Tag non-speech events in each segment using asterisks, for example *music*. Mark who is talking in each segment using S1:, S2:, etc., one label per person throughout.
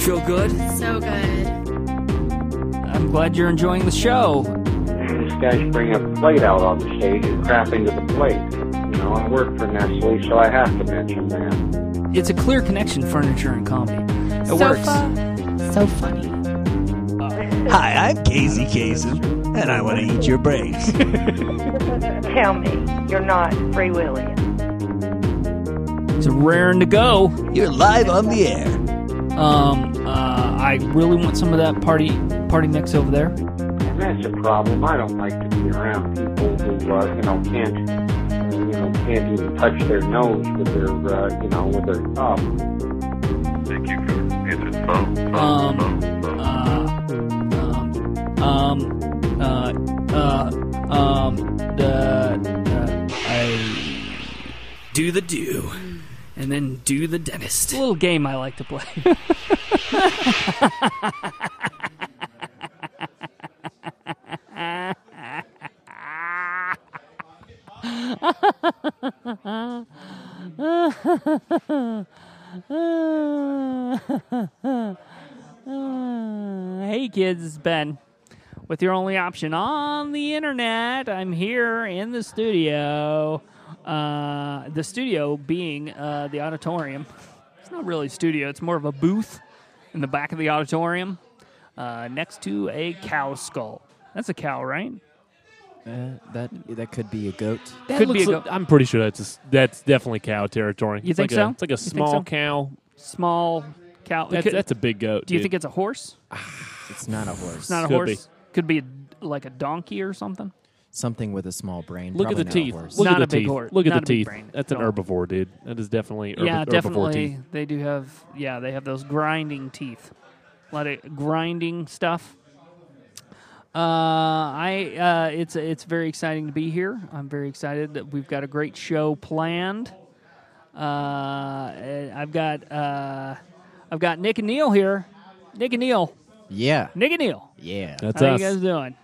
S1: so good.
S2: So good.
S1: I'm glad you're enjoying the show.
S3: This guy's bringing a plate out on the stage and crap into the plate. You know, I work for Nestle, so I have to mention that.
S1: It's a clear connection, furniture and comedy. It works.
S2: Sofa. So funny.
S4: Hi, I'm Casey Kasem, and I want to eat your
S5: *laughs*
S4: brains.
S6: Tell me, you're not free willing.
S1: It's raring to go.
S4: You're live on the air.
S1: Um, uh, I really want some of that party party mix over there.
S3: And that's a problem. I don't like to be around people who, uh, you know, can't, uh, you know, can't even touch their nose with their, uh, you know, with their thumb.
S7: Thank you, Kurt. Answer the phone. phone,
S1: Um,
S7: phone, phone.
S1: Uh, um, um, uh, uh, um, the, uh, I do the do, and then do the dentist. A little game I like to play. *laughs* hey kids, it's Ben. With your only option on the internet, I'm here in the studio. Uh, the studio being uh, the auditorium. It's not really a studio, it's more of a booth in the back of the auditorium uh, next to a cow skull. That's a cow, right?
S5: Uh, that that could be a goat.
S1: Could be a
S8: like- I'm pretty sure that's a s that's definitely cow territory.
S1: You
S8: It's
S1: think
S8: like a-
S1: so?
S8: it's like a
S1: You think
S8: small
S1: so?
S8: cow.
S1: Small cow. It
S8: That's,
S1: could-
S8: that's a big goat.
S1: do you
S8: dude.
S1: think it's a horse?
S5: It's not a horse.
S1: It's not a
S8: Could
S1: horse. Could be a, like a donkey or something.
S5: Something with a small brain.
S8: Look at the
S5: Probably not a
S8: teeth.
S5: horse.
S8: Look
S1: Not
S8: at the
S1: a big
S8: teeth.
S1: hor-
S8: Look at
S1: not a
S8: the
S1: big
S8: teeth.
S1: brain
S8: That's
S1: at
S8: an
S1: all.
S8: herbivore, dude. That is definitely herb-
S1: yeah,
S8: herbivore
S1: definitely.
S8: teeth.
S1: They do have. Yeah, they have those grinding teeth. A lot of grinding stuff. Uh, I uh, it's it's very exciting to be here. I'm very excited that we've got a great show planned. Uh, eh, I've got uh, I've got Nick and Neil here. Nick and Neil.
S5: Yeah,
S1: Nick and Neil.
S5: yeah.
S8: That's
S1: How
S8: us.
S1: you guys doing?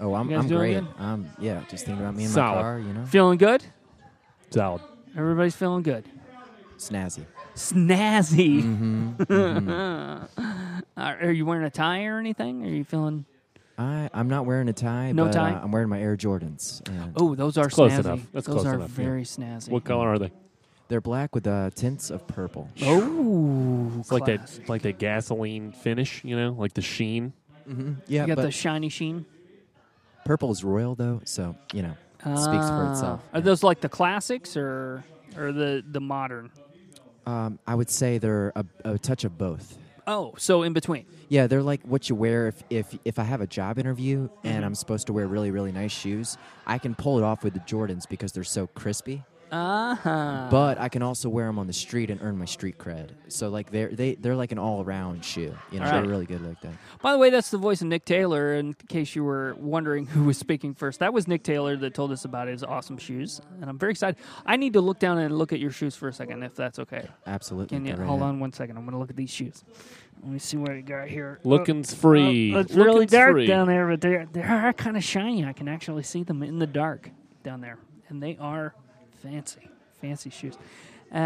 S5: oh, I'm,
S1: you guys
S5: I'm
S1: doing
S5: great.
S1: good?
S5: Um, yeah, just thinking about me in
S8: Solid.
S5: my car. You know,
S1: Feeling good?
S8: Solid.
S1: Everybody's feeling good.
S5: snazzy.
S1: snazzy.
S8: Mm-hmm.
S1: Mm-hmm. *laughs* are, are you wearing a tie or anything? Are you feeling?
S5: I I'm not wearing a tie.
S1: No
S5: but,
S1: tie?
S5: Uh, I'm wearing my Air Jordans. And
S1: Oh, those are
S8: close
S1: snazzy.
S8: enough. That's
S1: those
S8: close
S1: are
S8: enough, yeah.
S1: very snazzy.
S8: What color are they?
S5: They're black with uh, tints of purple.
S1: Oh,
S8: It's like that, like that gasoline finish, you know, like the sheen.
S5: Mm-hmm, Yeah,
S1: You got
S5: but
S1: the shiny sheen.
S5: purple is royal though, so you know, speaks for
S1: Ah.
S5: itself.
S1: Are those like the classics or or the the modern?
S5: Um, I would say they're a, a touch of both.
S1: Oh, so in between.
S5: Yeah, they're like what you wear if if, if I have a job interview
S1: Mm-hmm.
S5: and I'm supposed to wear really really nice shoes, I can pull it off with the Jordans because they're so crispy.
S1: Uh huh.
S5: But I can also wear them on the street and earn my street cred. So like they're they they're like an all around shoe. You know,
S1: Alright.
S5: they're really good like that.
S1: By the way, that's the voice of Nick Taylor. In case you were wondering who was speaking first, that was Nick Taylor that told us about his awesome shoes, and I'm very excited. I need to look down and look at your shoes for a second, if that's okay.
S5: Absolutely.
S1: Can you
S5: Go right
S1: hold
S5: ahead.
S1: on one second? I'm going to look at these shoes. Let me see what I got here. Oh,
S8: Looking's free.
S1: oh, it's really
S8: Looking's
S1: dark
S8: free.
S1: down there, but they they are kind of shiny. I can actually see them in the dark down there, and they are fancy, fancy shoes. Uh,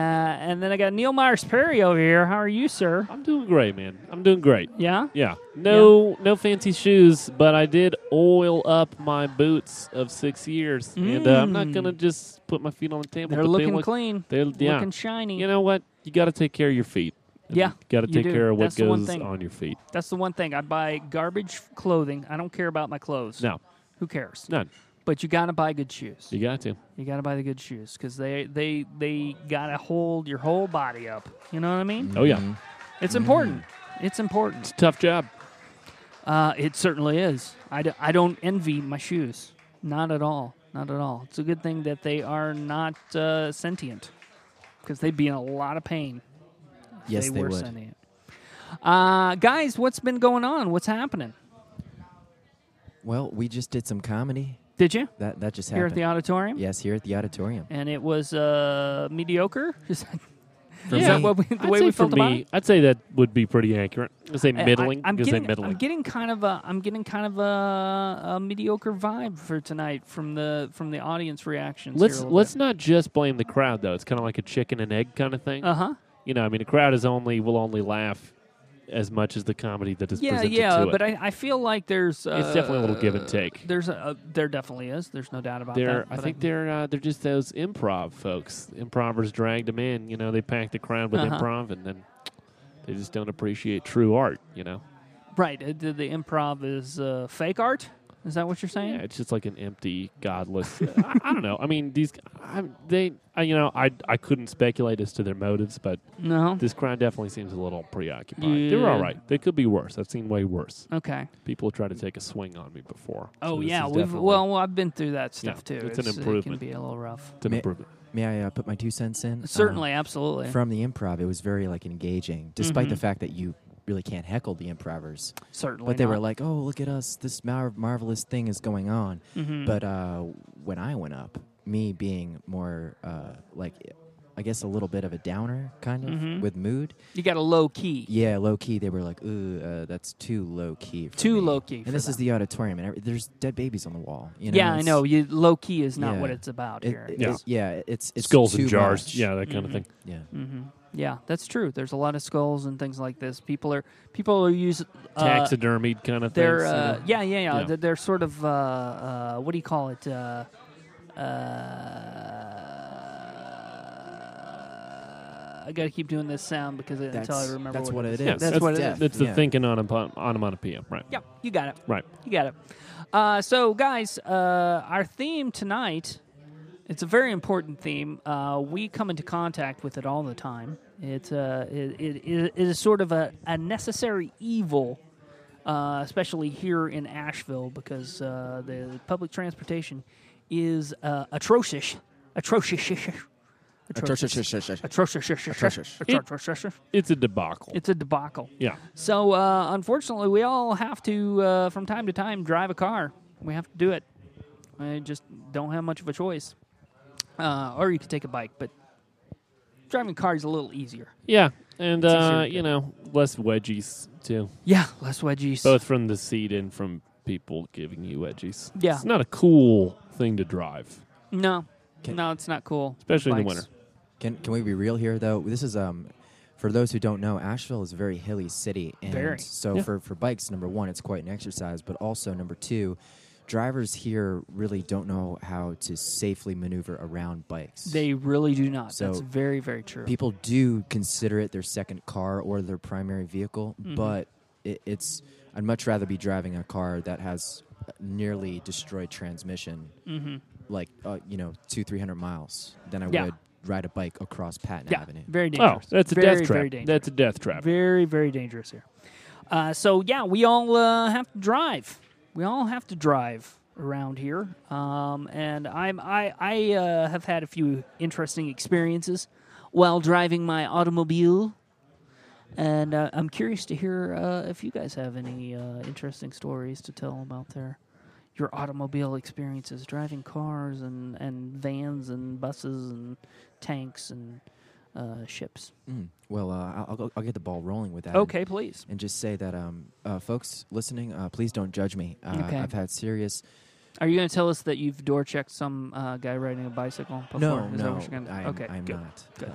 S1: and then I got Neil Myers Perry over here. How are you, sir?
S8: I'm doing great, man. I'm doing great.
S1: Yeah.
S8: Yeah. No, no fancy shoes, but I did oil up my boots of six years, and uh, I'm not gonna just put my feet on the
S1: Mm.
S8: table.
S1: They're
S8: but they
S1: looking
S8: look-
S1: clean.
S8: They're yeah.
S1: Looking shiny.
S8: You know what? You got to take care of your feet.
S1: Yeah,
S8: Got to
S1: you
S8: take
S1: do.
S8: care of what
S1: That's the one
S8: goes
S1: thing.
S8: on your feet.
S1: That's the one thing. I buy garbage clothing. I don't care about my clothes.
S8: No,
S1: Who cares?
S8: none.
S1: But you got to buy good shoes.
S8: You got to.
S1: You got to buy the good shoes because they they they got to hold your whole body up. You know what I mean?
S8: Oh yeah,
S1: It's important. It's important.
S8: it's a tough job.
S1: Uh, it certainly is. I, d- I don't envy my shoes. Not at all. Not at all. It's a good thing that they are not uh, sentient because they'd be in a lot of pain. if
S5: Yes, they
S1: were
S5: would.
S1: sentient. Uh, guys, what's been going on? What's happening?
S5: Well, we just did some comedy.
S1: Did you
S5: That that just
S1: here
S5: happened.
S1: at the auditorium?
S5: yes, here at the auditorium.
S1: And it was uh,
S8: *laughs*
S1: mediocre. Is that,
S5: For
S1: is that
S5: me-
S1: what we, the
S8: I'd
S1: way
S8: say
S1: we felt
S8: for
S1: about
S8: me,
S1: it?
S8: I'd say that would be pretty accurate. I'd say
S1: I- I-
S8: middling.
S1: I'm
S8: I'd say
S1: getting,
S8: middling.
S1: I'm getting kind of a, I'm getting kind of a, a mediocre vibe for tonight from the from the audience reactions.
S8: let's let's not just blame the
S1: Uh-huh.
S8: crowd though. It's kind of like a chicken and egg kind of thing.
S1: Uh huh.
S8: You know, I mean, a crowd is only will only laugh as much as the comedy that is
S1: yeah,
S8: presented
S1: yeah,
S8: to
S1: but
S8: it.
S1: I, I feel like there's uh,
S8: It's definitely a little give and take.
S1: There's a, uh, there definitely is. There's no doubt about
S8: They're,
S1: that.
S8: I
S1: but
S8: think they're uh, they're just those improv folks. Improvers drag them in. You know, they pack the crowd with
S1: Uh-huh.
S8: improv, and then they just don't appreciate true art. You know,
S1: right. uh, The, the improv is uh, fake art. Is that what you're saying?
S8: yeah, it's just like an empty, godless. *laughs* I, I don't know. I mean, these I, they, I, you know, I I couldn't speculate as to their motives, but
S1: No.
S8: this crowd definitely seems a little preoccupied. They were all
S1: Yeah.
S8: right. They could be worse. I've seen way worse.
S1: Okay.
S8: People try to take a swing on me before. So
S1: Oh
S8: this
S1: yeah,
S8: is
S1: we've
S8: definitely-
S1: well, I've been through that stuff
S8: Yeah,
S1: too.
S8: it's an
S1: It
S8: improvement. Uh-huh.
S1: can be a little rough.
S8: it's an
S5: Ma-
S8: improvement.
S5: May I uh, put my two cents in? Um,
S1: Certainly, absolutely.
S5: from the improv, it was very like engaging, despite
S1: Mm-hmm.
S5: the fact that you really can't heckle the improvers.
S1: Certainly,
S5: but they were
S1: not.
S5: like, "Oh, look at us! This mar- marvelous thing is going on."
S1: Mm-hmm.
S5: But uh, when I went up, me being more uh, like, I guess a little bit of a downer kind of
S1: Mm-hmm.
S5: with mood.
S1: you got a low key.
S5: Yeah, low key. They were like, "Ooh, uh, that's too low key." For
S1: Too
S5: me."
S1: low key for
S5: And this is
S1: them.
S5: the auditorium, and every, there's dead babies on the wall. You know,
S1: yeah, I
S5: it's-
S1: know. You, low key is not
S5: Yeah.
S1: what it's about
S5: It,
S1: here.
S5: it-
S8: Yeah.
S5: it's- yeah, it's it's
S8: Skulls and
S5: too
S8: jars.
S5: much.
S8: Yeah, that kind of thing.
S5: yeah.
S1: Mm-hmm. yeah, that's true. There's a lot of skulls and things like this. People are people are using uh,
S8: Taxidermied kind of thing.
S1: They're uh, yeah, yeah, yeah.
S8: Yeah.
S1: They're, they're sort of uh, uh, what do you call it? Uh, uh, I gotta keep doing this sound because it, until I
S5: That's-
S1: remember.
S5: that's
S1: what
S5: what
S1: it is.
S5: it is.
S8: Yes,
S1: That's what it
S5: death.
S1: is.
S8: That's the
S5: Yeah.
S8: thinking on onomatopoeia, right?
S1: Yeah, you got it.
S8: Right.
S1: You got it. Uh, so, guys, uh, our theme tonight, it's a very important theme. Uh, we come into contact with it all the time. It's uh, it, it, it is sort of a, a necessary evil, uh, especially here in Asheville, because uh, the public transportation is uh, atrocious. Atrocious. Atrocious. Atrocious. Atrocious. Atrocious.
S8: It's a debacle.
S1: It's a debacle.
S8: yeah.
S1: So uh, unfortunately, we all have to, uh, from time to time, drive a car. We have to do it. I just don't have much of a choice. Uh, or you could take a bike, but driving a car is a little easier.
S8: Yeah. And,
S1: It's
S8: uh,
S1: easier to
S8: you know, less wedgies, too.
S1: Yeah, less wedgies.
S8: Both from the seat and from people giving you wedgies.
S1: Yeah.
S8: It's not a cool thing to drive,
S1: No,
S5: Okay.
S1: no, it's not cool.
S8: especially in the
S1: Bikes.
S8: winter. Oh,
S5: Can can we be real here though? This is um for those who don't know, Asheville is a very hilly city, and
S1: Very.
S5: so
S8: Yeah.
S5: for for bikes, number one, it's quite an exercise, but also number two. Drivers here really don't know how to safely maneuver around bikes.
S1: They really do not.
S5: So,
S1: That's very, very true.
S5: people do consider it their second car or their primary vehicle,
S1: Mm-hmm.
S5: but it, it's I'd much rather be driving a car that has nearly destroyed transmission, like uh, you know two three hundred miles, than I
S1: Mm-hmm. Yeah.
S5: would ride a bike across Patton
S1: yeah,
S5: Avenue.
S1: very
S8: Oh,
S1: dangerous.
S8: that's a
S1: very,
S8: death
S1: Very
S8: trap.
S1: dangerous.
S8: That's a death trap.
S1: very, very dangerous here. Uh, so yeah, we all uh, have to drive. We all have to drive around here, um, and I'm I I uh, have had a few interesting experiences while driving my automobile, and uh, I'm curious to hear uh, if you guys have any uh, interesting stories to tell about their your automobile experiences, driving cars and and vans and buses and tanks and uh, ships.
S5: Mm. Well, uh, I'll, I'll, go- I'll get the ball rolling with that. and-
S1: Okay, please.
S5: And just say that, um, uh, folks listening, uh, please don't judge me. Uh,
S1: Okay.
S5: I've had serious.
S1: Are you going to tell us that you've door checked some uh, guy riding a bicycle before?
S5: no,
S1: Is that
S5: no,
S1: what you're gonna-
S5: I'm,
S1: okay,
S5: I'm
S1: good.
S5: not.
S1: good.
S5: Uh,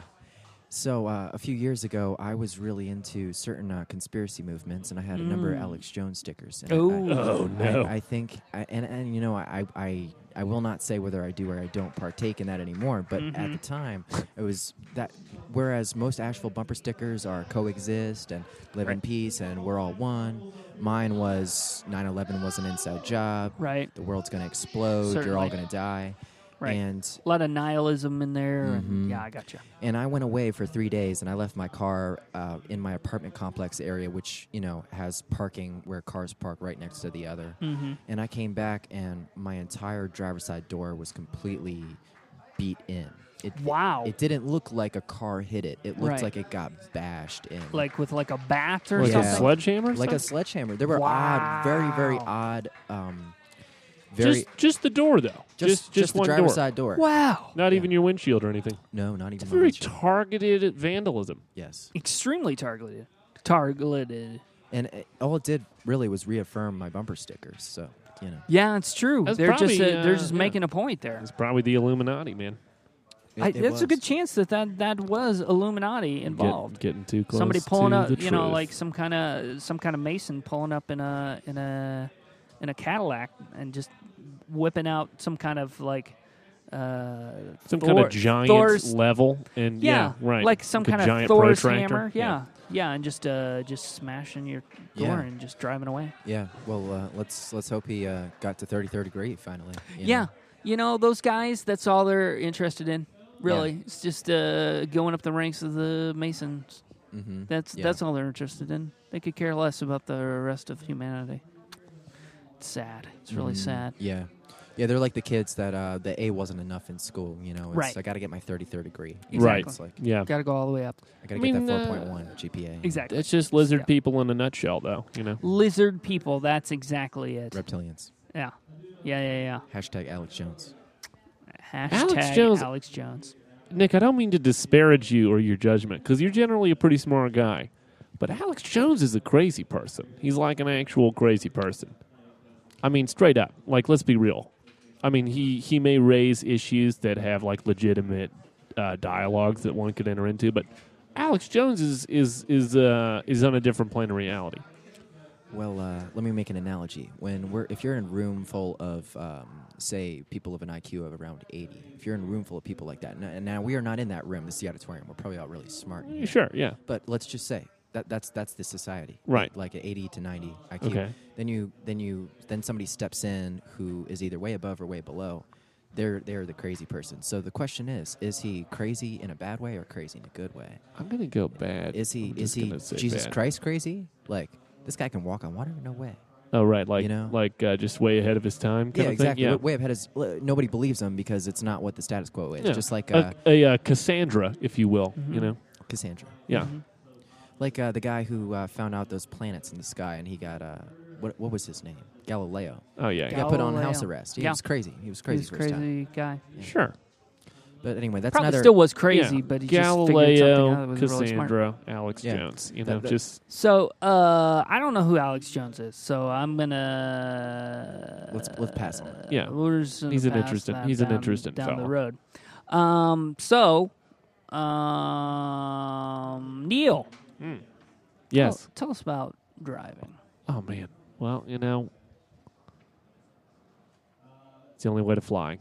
S5: so uh, a few years ago, I was really into certain uh, conspiracy movements, and I had a number of
S1: Mm.
S5: Alex Jones stickers. And I-
S1: Oh.
S5: I,
S8: Oh, no.
S5: I, I think, I, and and you know, I, I I will not say whether I do or I don't partake in that anymore. But at
S1: Mm-hmm.
S5: the time, it was that. Whereas most Asheville bumper stickers are coexist and live in
S1: Right.
S5: peace and we're all one. Mine was 9/11 was an inside job.
S1: Right.
S5: The world's gonna explode. You're
S1: Certainly.
S5: all gonna die.
S1: Right.
S5: And
S1: A lot of nihilism in there.
S5: Mm-hmm.
S1: And, yeah, I got you.
S5: and I went away for three days, and I left my car uh, in my apartment complex area, which you know has parking where cars park right next to the other. Mm-hmm. And I came back, and my entire driver's side door was completely beat in. It,
S1: Wow.
S5: It didn't look like a car hit it. It looked
S1: Right.
S5: like it got bashed in,
S1: Like with like a bat or
S8: Like
S5: Yeah.
S8: a
S1: something.
S8: sledgehammer? or
S5: like a
S8: something?
S5: sledgehammer. There were odd, very, very
S1: Wow.
S5: odd, um, very
S8: just, just the door, though. Just, just,
S5: the
S8: one
S5: driver's
S8: door.
S5: side door.
S1: Wow.
S8: Not even your windshield or anything.
S5: No, not even
S8: It's
S5: my
S8: very
S5: windshield.
S8: targeted vandalism.
S5: yes.
S1: Extremely targeted. Targeted.
S5: And it, all it did really was reaffirm my bumper stickers. So you know.
S1: Yeah, it's true.
S8: That's
S1: they're just
S8: probably,
S1: uh, they're
S8: uh,
S1: just
S8: yeah.
S1: making a point there.
S8: It's probably the Illuminati, man.
S5: It-
S1: I,
S5: it
S1: that's a good
S5: was.
S1: chance that that, that was Illuminati involved.
S8: Getting, getting too close.
S1: Somebody pulling
S8: to
S1: up,
S8: the
S1: you know,
S8: truth.
S1: like some kind of some kind of mason pulling up in a in a in a Cadillac and just whipping out some kind of like uh,
S8: some
S1: Thor,
S8: kind of giant
S1: Thor's,
S8: level, and
S1: yeah,
S8: yeah, right,
S1: like some
S8: Like a
S1: kind of
S8: giant
S1: Thor's
S8: protractor.
S1: hammer, yeah, yeah, and just uh, just smashing your door
S5: Yeah.
S1: and just driving away.
S5: Yeah. Well, uh, let's let's hope he uh, got to 33rd degree finally. you know?
S1: Yeah. You know, those guys, that's all they're interested in. Really. It's just uh, going up the ranks of the Masons.
S5: Mhm.
S1: That's
S5: Yeah.
S1: that's all they're interested in. They could care less about the rest of humanity. It's sad. It's really
S5: Mhm.
S8: Mm-hmm.
S1: sad.
S5: Yeah. Yeah, they're like the kids that uh, the A wasn't enough in school. You know, it's,
S1: Right.
S5: I got to get my 33rd degree. you know,
S8: right,
S1: Exactly.
S5: It's like
S8: yeah.
S1: Got to go all the way up.
S5: I got to
S8: I
S5: get
S8: mean,
S5: that
S8: uh,
S5: 4.1 GPA.
S1: Exactly.
S8: It's just lizard
S1: Yeah.
S8: people in a nutshell, though. You know,
S1: Lizard people. That's exactly it.
S5: Reptilians.
S1: Yeah. Yeah, yeah,
S5: Hashtag Alex Jones.
S1: yeah. Hashtag
S8: Alex Jones-
S1: Alex Jones.
S8: Nick, I don't mean to disparage you or your judgment, because you're generally a pretty smart guy. But Alex Jones is a crazy person. He's like an actual crazy person. I mean, straight up. Like, let's be real. I mean, he he may raise issues that have like legitimate uh, dialogues that one could enter into, but Alex Jones is is is uh, is on a different plane of reality.
S5: Well, uh, let me make an analogy. When we're, if you're in a room full of, um, say, people of an IQ of around 80, if you're in a room full of people like that, and now we are not in that room, this is the auditorium. We're probably all really smart. in here.
S8: Sure, yeah,
S5: But let's just say that that's that's the society,
S8: Right.
S5: Like an 80 to 90 IQ.
S8: Okay.
S5: Then you then you then somebody steps in who is either way above or way below. They're they're the crazy person. So the question is: Is he crazy in a bad way or crazy in a good way?
S8: I'm gonna go bad.
S5: Is he
S8: I'm
S5: is
S8: just
S5: he
S8: gonna say
S5: Jesus
S8: bad.
S5: Christ crazy? Like this guy can walk on water? No way.
S8: Oh right, like
S5: You know?
S8: like uh, just way ahead of his time. Kind
S5: yeah,
S8: of
S5: exactly.
S8: Thing? Yeah.
S5: Way- Way up ahead is l- nobody believes him because it's not what the status quo is.
S8: Yeah.
S5: Just like uh,
S8: a, a, uh, Cassandra, if you will.
S1: Mm-hmm.
S8: You know.
S5: Cassandra,
S8: Yeah.
S5: like uh, the guy who uh, found out those planets in the sky, and he got uh, what what was his name? Galileo.
S1: Mm-hmm.
S8: Oh yeah.
S5: He got put on house
S1: Galileo.
S5: arrest. He
S1: Yeah.
S5: was crazy. He was crazy
S1: He's
S5: for
S1: crazy
S5: his time.
S1: guy.
S8: Sure.
S5: But anyway, that's
S1: Probably
S5: another.
S1: still was crazy,
S8: Yeah.
S1: but he just figured something out that
S8: Galileo,
S1: was really smart.
S8: Cassandra, Alex
S5: Yeah.
S8: Jones. You
S5: That-
S8: know,
S5: that-
S8: just
S1: So uh, I don't know who Alex Jones is, so I'm gonna
S5: let's let's pass on. it.
S8: yeah.
S1: We're just gonna
S8: He's an
S1: pass
S8: interesting-
S1: that
S8: he's an
S1: down-
S8: interesting
S1: down the
S8: fella.
S1: road. Um, so um, Neil,
S8: Yes.
S1: tell, tell us about driving.
S8: Oh. man. Well, you know, it's the only way to fly.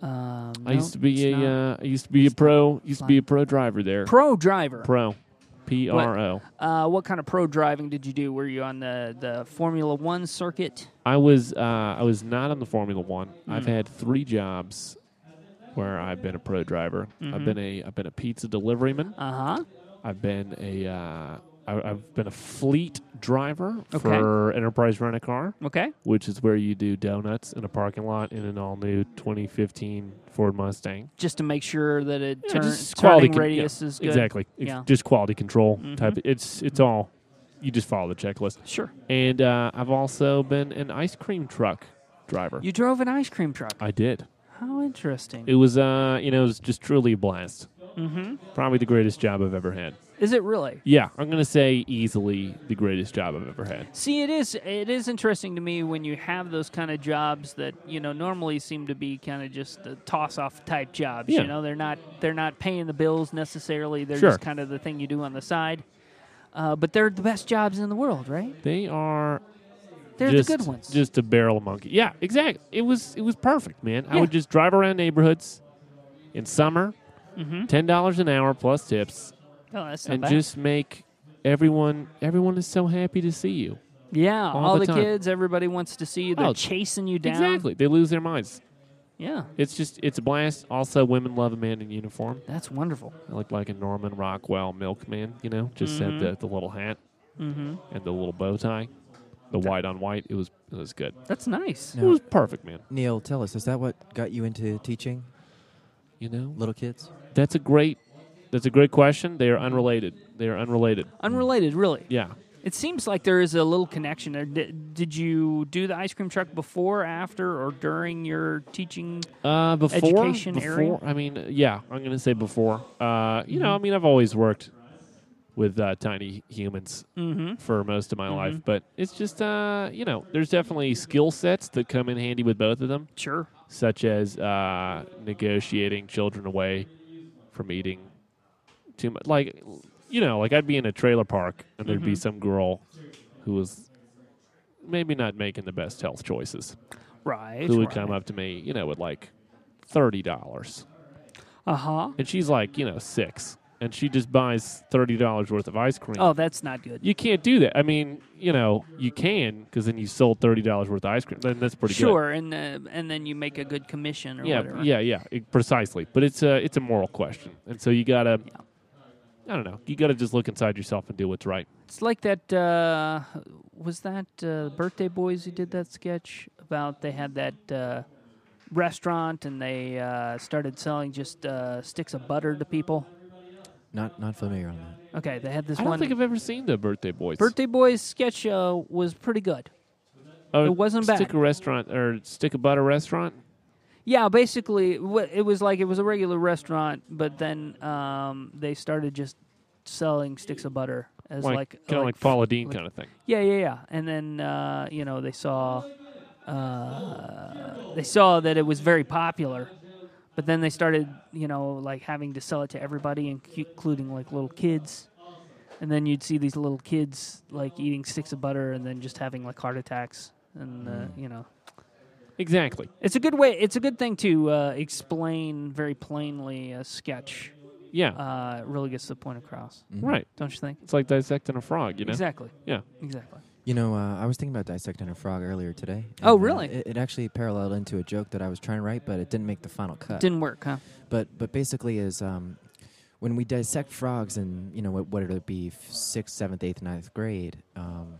S1: Um,
S8: I used to be a
S1: uh,
S8: uh, I used to be a pro. Used to be
S1: flying.
S8: a pro driver there.
S1: pro driver.
S8: Pro. P R O.
S1: uh, what kind of pro driving did you do? Were you on the the Formula One circuit?
S8: I was uh, I was not on the Formula One. I've
S1: Mm.
S8: had three jobs where I've been a pro driver.
S1: Mm-hmm.
S8: I've been a I've been a pizza deliveryman.
S1: Uh huh.
S8: I've been a uh, I, I've been a fleet driver
S1: Okay.
S8: for Enterprise Rent a Car,
S1: Okay.
S8: which is where you do donuts in a parking lot in an all new 2015 Ford Mustang.
S1: Just to make sure that it
S8: Yeah,
S1: turns
S8: just quality
S1: turning
S8: con-
S1: radius
S8: yeah,
S1: is good.
S8: Exactly. It's
S1: Yeah. Mm-hmm.
S8: Just quality control type. It's it's all you just follow the checklist.
S1: Sure.
S8: And uh, I've also been an ice cream truck driver.
S1: You drove an ice cream truck.
S8: I did.
S1: How interesting.
S8: It was uh, you know, it was just truly a blast.
S1: Mm-hmm.
S8: Probably the greatest job I've ever had.
S1: Is it really?
S8: Yeah, I'm gonna say easily the greatest job I've ever had.
S1: See, it is it is interesting to me when you have those kind of jobs that you know normally seem to be kind of just the toss off type jobs.
S8: Yeah.
S1: You know, they're not they're not paying the bills necessarily. They're
S8: Sure.
S1: just kind of the thing you do on the side. Uh, but they're the best jobs in the world, right?
S8: They are
S1: They're
S8: just,
S1: the good ones.
S8: Just a barrel of monkey. Yeah, exactly. It was it was perfect, man. I
S1: Yeah.
S8: would just drive around neighborhoods in summer,
S1: Mhm.
S8: ten dollars an hour plus tips,
S1: oh, that's not
S8: and
S1: bad.
S8: just make everyone everyone is so happy to see you.
S1: yeah, all,
S8: all
S1: the,
S8: the time.
S1: kids, everybody wants to see you. They're
S8: Oh,
S1: chasing you down.
S8: Exactly. They lose their minds.
S1: Yeah,
S8: It's just it's a blast. Also, women love a man in uniform.
S1: that's wonderful.
S8: I looked like a Norman Rockwell milkman. You know, just
S1: Mhm.
S8: had the, the little hat
S1: Mm-hmm.
S8: and the little bow tie, the white on white. It was it was good.
S1: That's nice.
S8: It
S5: No.
S8: was perfect, man.
S5: Neil, tell us, is that what got you into teaching
S8: You know,
S5: little kids?
S8: that's a great that's a great question. They are unrelated. They are unrelated.
S1: Unrelated, really.
S8: Yeah.
S1: It seems like there is a little connection there. Did, did you do the ice cream truck before, after, or during your teaching?
S8: Uh, before,
S1: Education
S8: before,
S1: area?
S8: I mean, uh, yeah, I'm gonna say before. Uh, you know, I mean, I've always worked with uh, tiny humans
S1: Mm-hmm.
S8: for most of my life, but it's just, uh, you know, there's definitely skill sets that come in handy with both of them.
S1: Sure.
S8: such as uh, negotiating children away from eating too much. Like, you know, like I'd be in a trailer park and there'd
S1: Mm-hmm.
S8: be some girl who was maybe not making the best health choices
S1: Right.
S8: who would
S1: right.
S8: come up to me, you know, with like thirty dollars,
S1: Uh huh.
S8: and she's like, you know, six, and she just buys thirty dollars worth of ice cream.
S1: Oh, that's not good.
S8: You can't do that. I mean, you know, you can because then you sold thirty dollars worth of ice cream. Then that's pretty
S1: Sure, and uh, and then you make a good commission or
S8: good. Yeah,
S1: whatever.
S8: yeah, yeah, it- precisely. But it's a it's a moral question, and so you gotta, I don't know, you gotta just look inside yourself and do what's right.
S1: It's like that. Uh, was that uh, Birthday Boys who did that sketch about they had that uh, restaurant and they uh, started selling just uh, sticks of butter to people?
S5: Not not familiar on that.
S1: Okay, they had this
S8: I
S1: one.
S8: don't think I've ever seen the Birthday Boys.
S1: Birthday Boys sketch show was pretty good.
S8: Oh,
S1: it wasn't bad.
S8: Stick a restaurant or stick a butter restaurant.
S1: Yeah, basically, wha- it was like it was a regular restaurant, but then um, they started just selling sticks of butter as like
S8: kind of like, Paula Dean kind of thing.
S1: Yeah, yeah, yeah. And then uh, you know they saw uh, they saw that it was very popular, but then they started you know like having to sell it to everybody, inc- including like little kids. And then you'd see these little kids like eating sticks of butter and then just having like heart attacks, and uh, you know
S8: Exactly.
S1: it's a good way. It's a good thing to uh, explain very plainly a sketch.
S8: Yeah.
S1: Uh, it really gets the point across,
S5: Mm-hmm.
S8: right.
S1: don't you think?
S8: It's like dissecting a frog. You know.
S1: Exactly.
S8: Yeah.
S1: Exactly.
S5: You know, uh, I was thinking about dissecting a frog earlier today.
S1: Oh,
S5: and, uh,
S1: really?
S5: it, it actually paralleled into a joke that I was trying to write, but it didn't make the final cut.
S1: Didn't work, huh?
S5: but but basically is um, when we dissect frogs in you know what what it be f- sixth, seventh, eighth, ninth grade. Um,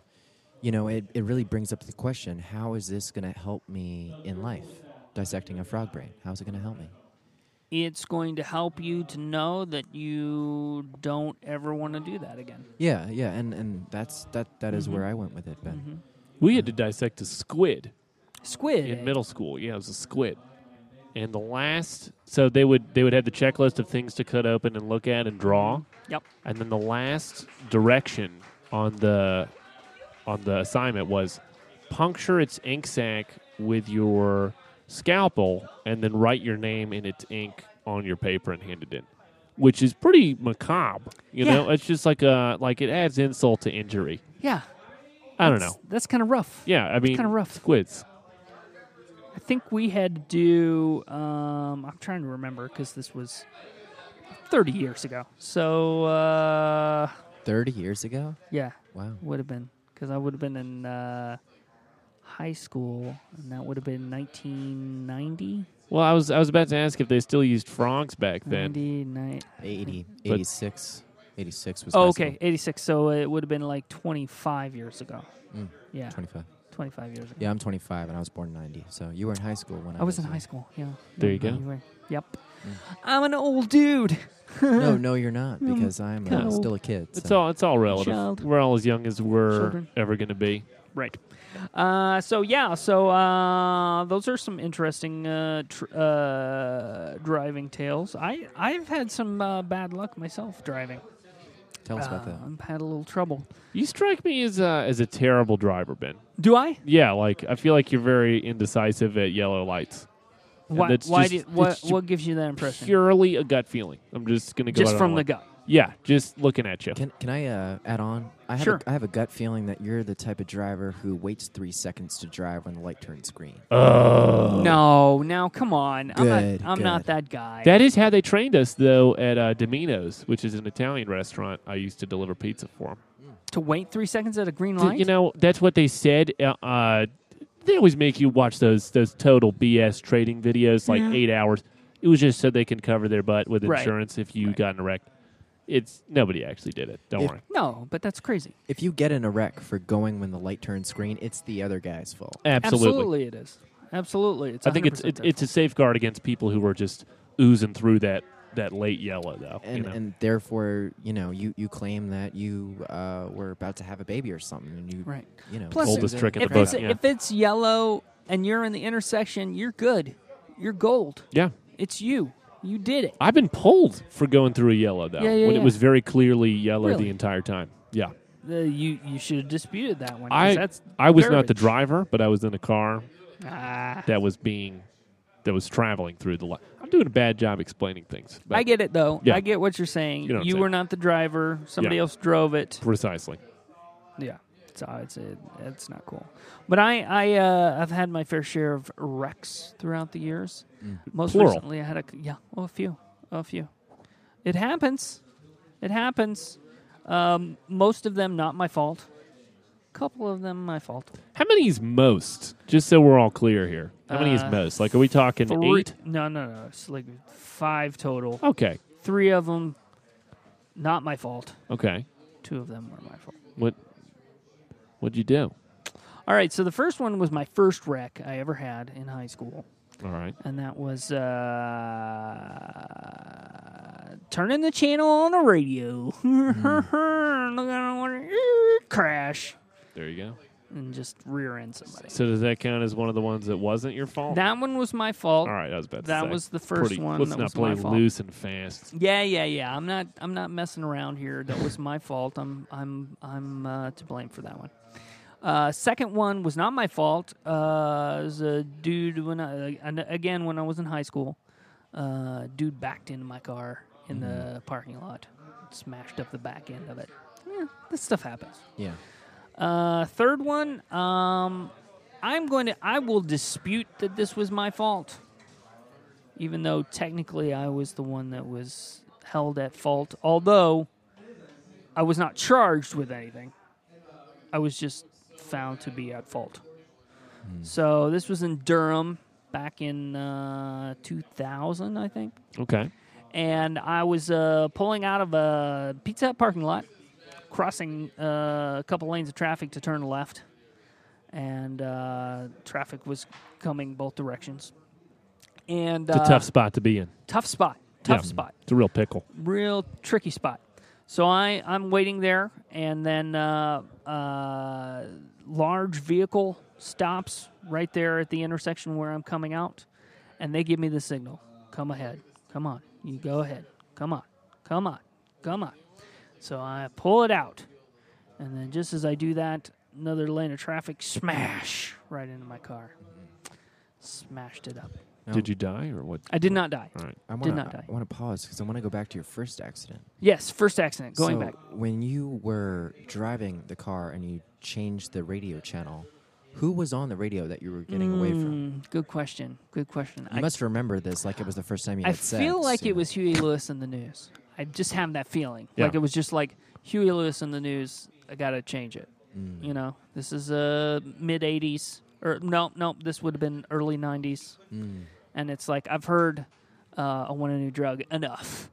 S5: you know, it, it really brings up the question: How is this going to help me in life? Dissecting a frog brain. How's it going to help me?
S1: It's going to help you to know that you don't ever want to do that again.
S5: Yeah, yeah, and and that's that that is
S1: Mm-hmm.
S5: where I went with it, Ben.
S8: We had to dissect a squid
S1: Squid. eh?
S8: in middle school. Yeah, it was a squid. And the last, so they would they would have the checklist of things to cut open and look at and draw,
S1: Yep.
S8: and then the last direction on the on the assignment was puncture its ink sac with your scalpel and then write your name in its ink on your paper and hand it in, which is pretty macabre. You
S1: Yeah.
S8: know, it's just like a like it adds insult to injury.
S1: Yeah.
S8: I don't
S1: That's-
S8: know.
S1: That's kind of rough.
S8: Yeah, I mean,
S1: kinda rough.
S8: squids.
S1: I think we had to do. Um, I'm trying to remember because this was 30 years ago. So uh,
S5: Thirty years ago.
S1: yeah, *laughs*
S5: Wow.
S1: would have been because I would have been in uh, high school, and that would have been 1990,
S8: Well, I was I was about to ask if they still used frogs back then.
S1: 99.
S5: 80,
S8: But-
S5: 86. 86 was
S1: Oh,
S5: high
S1: okay,
S5: school.
S1: 86. So it would have been like 25 years ago. Yeah,
S5: 25.
S1: 25 years ago.
S5: Yeah, I'm 25 and I was born in 90. So you were in high school when I,
S1: I was in
S5: uh,
S1: high school. Yeah.
S8: There you
S1: Yeah,
S8: go.
S1: were. Yep. I'm an old dude.
S5: *laughs* No, no, you're not because I'm
S1: *laughs*
S5: uh,
S1: no.
S5: still a kid.
S8: It's
S5: so-
S8: all it's all relative.
S1: Child.
S8: We're all as young as we're
S1: Children.
S8: ever going to be.
S1: Right. Uh, so yeah. So uh, those are some interesting uh, tr- uh, driving tales. I I've had some uh, bad luck myself driving.
S5: Tell us about
S1: Uh,
S5: that.
S1: I've had a little trouble.
S8: You strike me as a as a terrible driver, Ben.
S1: Do I?
S8: Yeah, like I feel like you're very indecisive at yellow lights. And
S1: Why?
S8: that's
S1: Why
S8: just-
S1: do, what?
S8: it's ju-
S1: What gives you that impression?
S8: Purely a gut feeling. I'm just going to go
S1: Just
S8: out on
S1: from
S8: a
S1: the
S8: limb.
S1: gut.
S8: Yeah, just looking at you.
S5: Can, can I uh, add on? I have,
S1: Sure.
S5: a, I have a gut feeling that you're the type of driver who waits three seconds to drive when the light turns green.
S8: Uh.
S1: No, now come on. I'm not.
S5: Oh. Good,
S1: I'm not
S5: good.
S1: that guy.
S8: that is how they trained us though at uh, Domino's, which is an Italian restaurant. I used to deliver pizza for them.
S1: to wait three seconds at a green
S8: Th-
S1: light.
S8: You know, that's what they said. Uh, uh, they always make you watch those those total BS trading videos, like eight hours. It was just so they can cover their butt with
S1: Right.
S8: insurance if you got in a wreck. It's nobody actually did it. Don't
S5: If-
S8: worry.
S1: no, but that's crazy.
S5: If you get in a wreck for going when the light turns green, it's the other guy's fault.
S8: Absolutely.
S1: it is. Absolutely, it's.
S8: I think it's
S1: 100%
S8: it's it's a safeguard against people who are just oozing through that that late yellow though. you
S5: And,
S8: know?
S5: and therefore, you know, you, you claim that you uh, were about to have a baby or something, and you
S1: Right.
S5: you know,
S1: Plus,
S5: it was
S8: Oldest
S5: a-
S8: trick in the
S1: if
S8: book,
S1: it's
S8: yeah.
S1: if it's yellow and you're in the intersection, you're good. You're gold.
S8: yeah.
S1: It's you. You did it.
S8: I've been pulled for going through a yellow though,
S1: Yeah, yeah,
S8: when
S1: yeah.
S8: it was very clearly yellow
S1: Really?
S8: the entire time. Yeah.
S1: Uh, you you should have disputed that one. 'cause
S8: I
S1: that's
S8: I was not the
S1: garbage.
S8: driver, but I was in a car
S1: Ah,
S8: that was being that was traveling through the light. I'm doing a bad job explaining things. but-
S1: I get it though.
S8: Yeah.
S1: I get what you're saying.
S8: You know what I'm
S1: you
S8: saying.
S1: were not the driver. Somebody
S8: Yeah.
S1: else drove it.
S8: precisely.
S1: Yeah. So it's it, it's not cool. But I I uh, I've had my fair share of wrecks throughout the years. Most
S8: Mm. Plural.
S1: recently, I had a yeah, well, a few, a few. It happens. It happens. Um, most of them not my fault. couple of them my fault.
S8: How many is most? Just so we're all clear here. How many is
S1: Uh,
S8: most? Like, are we talking
S1: Three-
S8: eight?
S1: No, no, no. It's like five total.
S8: Okay.
S1: Three of them not my fault.
S8: Okay.
S1: Two of them were my fault.
S8: What? What'd you do?
S1: All right, so the first one was my first wreck I ever had in high school.
S8: All right.
S1: and that was uh, turning the channel on the radio. *laughs* Look, I don't want to crash
S8: There you go.
S1: and just rear end somebody.
S8: So does that count as one of the ones that wasn't your fault?
S1: That one was my fault.
S8: all right. I was about to
S1: that
S8: say.
S1: was the first
S8: Pretty-
S1: one
S8: Let's
S1: that
S8: not
S1: was
S8: play
S1: my fault.
S8: loose and fast.
S1: Yeah, yeah, yeah. I'm not. I'm not messing around here. That was my fault. I'm. I'm. I'm uh, to blame for that one. Uh, second one was not my fault. Uh, it was a dude when I and again when I was in high school. Uh, dude backed into my car in the parking lot, smashed up the back end of it. Yeah, this stuff happens.
S5: Yeah.
S1: Uh, third one, um, I'm going to, I will dispute that this was my fault, even though technically I was the one that was held at fault. Although I was not charged with anything, I was just found to be at fault. So this was in Durham back in uh, 2000, I think
S8: Okay.
S1: and I was uh, pulling out of a Pizza Hut parking lot, crossing uh, a couple lanes of traffic to turn left, and uh, traffic was coming both directions. And
S8: It's
S1: uh,
S8: a tough spot to be in.
S1: tough spot, tough
S8: Yeah.
S1: spot,
S8: It's a real pickle.
S1: real tricky spot. So I I'm waiting there, and then uh, uh, large vehicle stops right there at the intersection where I'm coming out, and they give me the signal: "Come ahead, come on, you go ahead, come on, come on, come on." So I pull it out, and then just as I do that, another lane of traffic smash right into my car, smashed it up.
S8: Did you die or what?
S1: I did not die.
S8: All right.
S5: I want
S1: not
S5: to
S1: die.
S5: I want to pause because I want to go back to your first accident.
S1: Yes, first accident. Going
S5: So,
S1: back.
S5: When you were driving the car and you changed the radio channel, who was on the radio that you were getting away from?
S1: Mm, good question. Good question.
S5: You must remember this like it was the first time you
S1: I
S5: had sex.
S1: feel like
S5: you
S1: it
S5: know.
S1: was Huey Lewis in the news. I just have that feeling.
S8: Yeah.
S1: Like it was just like Huey Lewis in the news. I gotta change it.
S8: Hmm.
S1: You know, this is uh, mid '80s or no, no, this would have been early '90s. And it's like I've heard uh, I want a new drug enough.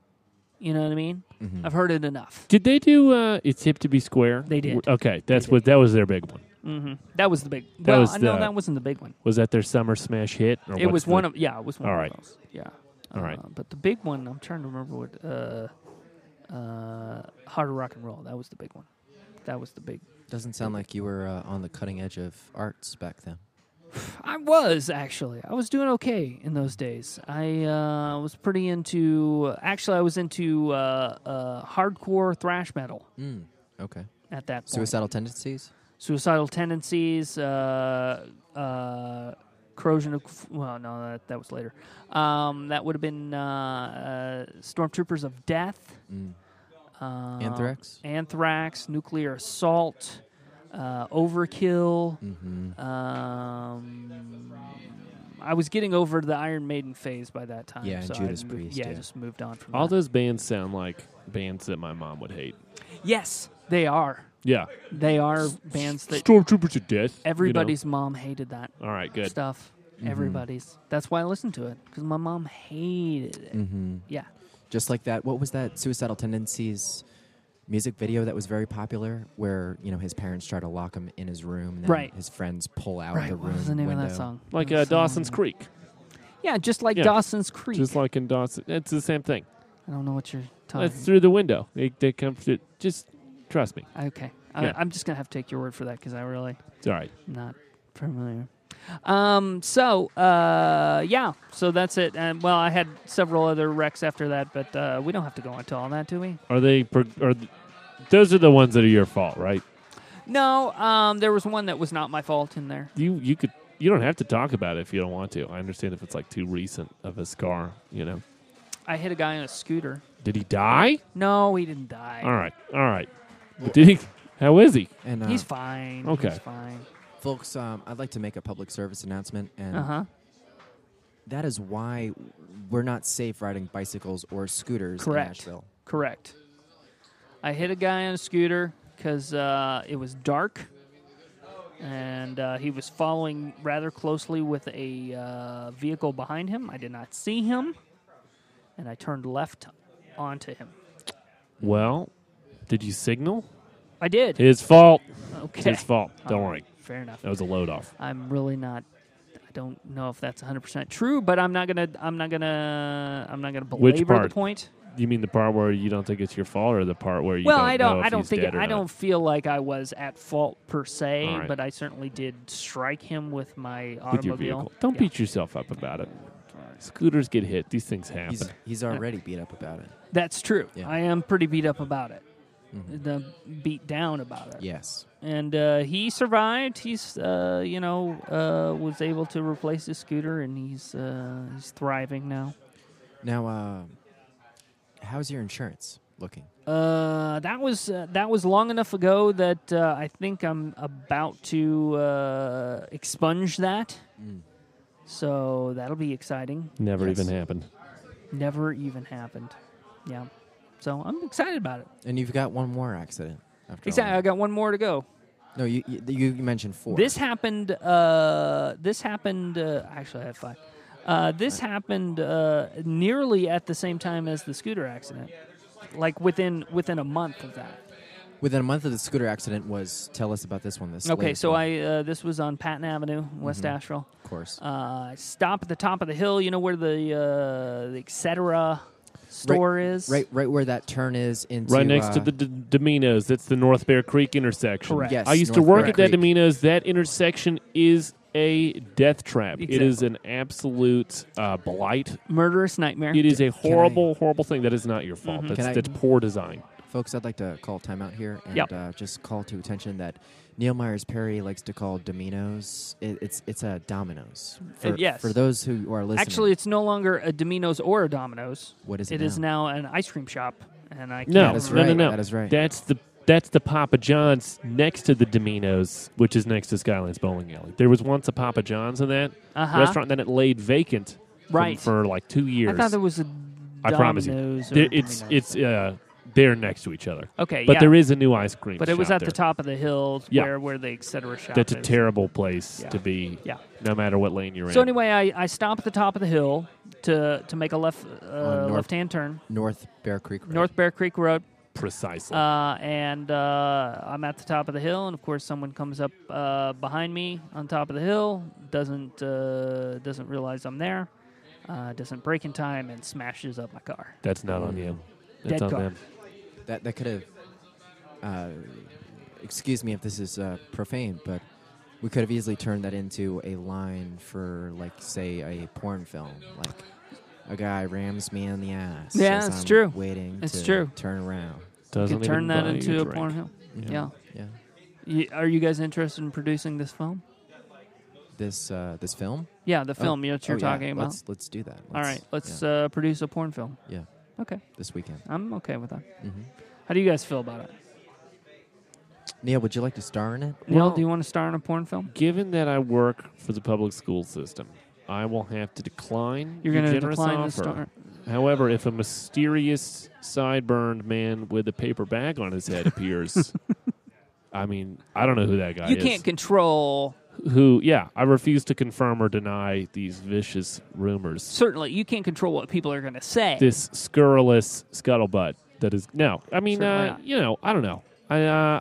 S1: You know what I mean?
S8: Mm-hmm.
S1: I've heard it enough.
S8: Did they do uh, It's Hip to Be Square?
S1: They did.
S8: Okay. That's what. That was their big one.
S1: hmm That was the big.
S8: That
S1: well,
S8: was
S1: I know
S8: the-
S1: that wasn't the big one.
S8: Was that their summer smash hit? Or
S1: It
S8: what's
S1: was
S8: the-
S1: one of yeah, it was one
S8: All
S1: of
S8: right.
S1: those. Yeah.
S8: All right.
S1: Uh, But the big one, I'm trying to remember what uh uh Harder Rock and Roll, that was the big one. That was the big
S5: Doesn't sound like you were uh, on the cutting edge of arts back then.
S1: I was actually. I was doing okay in those days. I uh, was pretty into actually I was into uh, uh, hardcore thrash metal
S5: Mm. Okay.
S1: at that point.
S5: Suicidal tendencies?
S1: Suicidal tendencies, uh, uh, corrosion of well, no, that, that was later. Um, that would have been uh, uh, Stormtroopers of Death.
S5: Mm.
S1: Uh,
S5: Anthrax?
S1: Anthrax, nuclear assault, uh, overkill.
S5: Mm-hmm.
S1: Um, I was getting over the Iron Maiden phase by that time.
S5: Yeah, and
S1: so I
S5: Judas
S1: moved-
S5: Priest,
S1: Yeah, I
S5: yeah.
S1: just moved on from
S8: All
S1: that.
S8: those bands sound like bands that my mom would hate.
S1: yes, they are.
S8: Yeah.
S1: They are bands that
S8: Stormtroopers of Death. you know?
S1: everybody's mom hated that
S8: All right. Good.
S1: stuff.
S5: Mm-hmm.
S1: Everybody's. That's why I listened to it because my mom hated it. Yeah.
S5: Just like that. What was that suicidal tendencies music video that was very popular where, you know, his parents try to lock him in his room and then
S1: Right.
S5: his friends pull out
S1: Right.
S5: the room
S1: What was the name
S5: window.
S1: of that song?
S8: Like
S1: That
S8: uh,
S1: song-
S8: Dawson's Creek.
S1: Yeah, just like
S8: Yeah.
S1: Dawson's Creek.
S8: Just like in Dawson. It's the same thing.
S1: I don't know what you're talking.
S8: It's through the window. They, they come through. Just trust me.
S1: Okay.
S8: Yeah.
S1: I, I'm just gonna have to take your word for that because I really
S8: It's all right.
S1: not familiar. Um. So. Uh. Yeah. So that's it. And well, I had several other wrecks after that, but uh, we don't have to go into all that, do we?
S8: Are they. Per, are th- those are the ones that are your fault, right?
S1: No. Um. There was one that was not my fault in there.
S8: You you could you don't have to talk about it if you don't want to. I understand if it's like too recent of a scar. You know,
S1: I hit a guy on a scooter.
S8: did he die?
S1: No, he didn't die.
S8: All right, all right. But did he? How is he?
S5: And uh,
S1: He's fine.
S8: Okay.
S1: He's fine.
S5: folks, um, I'd like to make a public service announcement, and
S1: Uh huh.
S5: that is why we're not safe riding bicycles or scooters
S1: Correct.
S5: in Nashville.
S1: Correct. I hit a guy on a scooter because uh, it was dark, and uh, he was following rather closely with a uh, vehicle behind him. I did not see him, and I turned left onto him.
S8: Well, did you signal?
S1: I did.
S8: His fault.
S1: *laughs*
S8: It's
S1: okay.
S8: his fault. Don't
S1: All
S8: worry.
S1: right, Fair enough.
S8: That was a load off.
S1: I'm really not. I don't know if that's 100 percent true, but I'm not gonna. I'm not gonna. I'm not gonna
S8: Which
S1: belabor
S8: part?
S1: the point.
S8: You mean the part where you don't think it's your fault, or the part where you
S1: well,
S8: don't
S1: I don't.
S8: know if
S1: I don't
S8: he's
S1: think.
S8: dead or
S1: I
S8: not?
S1: don't feel like I was at fault per se,
S8: All right.
S1: but I certainly did strike him with my
S8: with
S1: automobile.
S8: your vehicle. Don't
S1: Yeah.
S8: beat yourself up about it. Scooters get hit. These things happen.
S5: He's he's already beat up about it.
S1: That's true.
S5: Yeah.
S1: I am pretty beat up about it.
S8: Mm-hmm.
S1: The beat down about it.
S5: Yes.
S1: And uh, he survived. He's, uh, you know, uh, was able to replace his scooter, and he's uh, he's thriving now.
S5: Now, uh, how's your insurance looking?
S1: Uh, that was uh, that was long enough ago that uh, I think I'm about to uh, expunge that. So that'll be exciting.
S8: Never
S5: Yes.
S8: even happened.
S1: Never even happened. Yeah. So I'm excited about it.
S5: And you've got one more accident. After
S1: Exactly. I
S5: All.
S1: got one more to go.
S5: No, you, you you mentioned four.
S1: This happened. Uh, this happened. Uh, actually, I had five. Uh, this happened uh, nearly at the same time as the scooter accident, like within within a month of that.
S5: within a month of the scooter accident was. Tell us about this one. This
S1: Okay,
S5: latest
S1: so
S5: one,
S1: I uh, this was on Patton Avenue, West Asheville.
S5: of course
S1: Uh, stop at the top of the hill. You know where the uh, the etc. store is.
S5: right right where that turn is into
S8: Right next
S5: uh,
S8: to the D- Domino's. That's the North Bear Creek intersection.
S1: Correct.
S5: Yes,
S8: I used to
S5: North
S8: work
S5: Bear
S8: at that
S5: Creek.
S8: Domino's. That intersection is a death trap. It is an absolute uh, blight.
S1: Murderous nightmare.
S8: It is a horrible, horrible thing. That is not your
S1: Mm-hmm.
S8: fault. That's,
S5: Can I-
S8: that's poor design.
S5: Folks, I'd like to call timeout here and
S1: Yep.
S5: uh, just call to attention that Neil Myers Perry likes to call Domino's. It, it's it's a Domino's. For,
S1: Uh, yes.
S5: For those who are listening,
S1: Actually, it's no longer a Domino's or a Domino's.
S5: what is it?
S1: It
S5: now?
S1: is now an ice cream shop, and I can't
S8: No,
S5: That is
S8: no,
S1: remember-
S8: no,
S5: right,
S8: no.
S5: that is right.
S8: That's the that's the Papa John's next to the Domino's, which is next to Skyline's Bowling Alley. There was once a Papa John's in that
S1: Uh-huh.
S8: restaurant, then it laid vacant from-
S1: Right.
S8: for like two years.
S1: I thought there was a.
S8: I promise you,
S1: Domino's or
S8: There- it's
S1: Domino's.
S8: it's uh, they're next to each other.
S1: okay,
S8: But
S1: yeah.
S8: there is a new ice cream.
S1: But it was
S8: shop
S1: at the
S8: there.
S1: top of the hill
S8: Yeah.
S1: where where the etc. shop.
S8: That's a
S1: is.
S8: terrible place
S1: Yeah.
S8: to be.
S1: Yeah.
S8: No matter what lane you're in.
S1: So anyway, I, I stop at the top of the hill to to make a left uh,
S5: North-
S1: left hand turn,
S5: North Bear Creek. Road.
S1: North Bear Creek Road.
S8: precisely.
S1: Uh, and uh, I'm at the top of the hill, and of course, someone comes up uh, behind me on top of the hill. Doesn't uh, doesn't realize I'm there. Uh, doesn't break in time and smashes up my car.
S8: that's not on you. That's
S1: Dead
S8: on
S1: car.
S8: them.
S5: That that could have. Uh, excuse me if this is uh, profane, but we could have easily turned that into a line for, like, say, a porn film, like. A guy rams me in the ass.
S1: Yeah,
S5: as
S1: it's
S5: I'm
S1: true.
S5: Waiting
S1: It's
S5: to
S1: true.
S5: turn around.
S8: Doesn't
S1: Could turn
S8: even
S1: that
S8: buy you
S1: into a
S8: drink.
S1: porn hill. Yeah.
S5: Yeah.
S1: Y- are you guys interested in producing this film?
S5: This uh, this film.
S1: Yeah, the
S5: Oh,
S1: film you that
S5: oh,
S1: you're
S5: yeah,
S1: talking about.
S5: Let's let's do that.
S1: All right, let's uh, produce a porn film.
S5: yeah,
S1: Okay,
S5: this weekend. Mm-hmm.
S1: I'm okay with that. How do you guys feel about it?
S5: Neil, would you like to star in it?
S1: Neil,
S8: Well-
S1: do you want to star in a porn film?
S8: Given that I work for the public school system, I will have to decline.
S1: You're
S8: going to
S1: decline
S8: offer.
S1: the star.
S8: However, if a mysterious sideburned man with a paper bag on his
S1: *laughs*
S8: head appears, I mean, I don't know who that guy
S1: You
S8: is.
S1: can't control.
S8: who? Yeah, I refuse to confirm or deny these vicious rumors.
S1: Certainly, you can't control what people are going to say.
S8: This scurrilous scuttlebutt that is no. I mean,
S1: Certainly
S8: uh,
S1: not.
S8: you know, I don't know. I uh,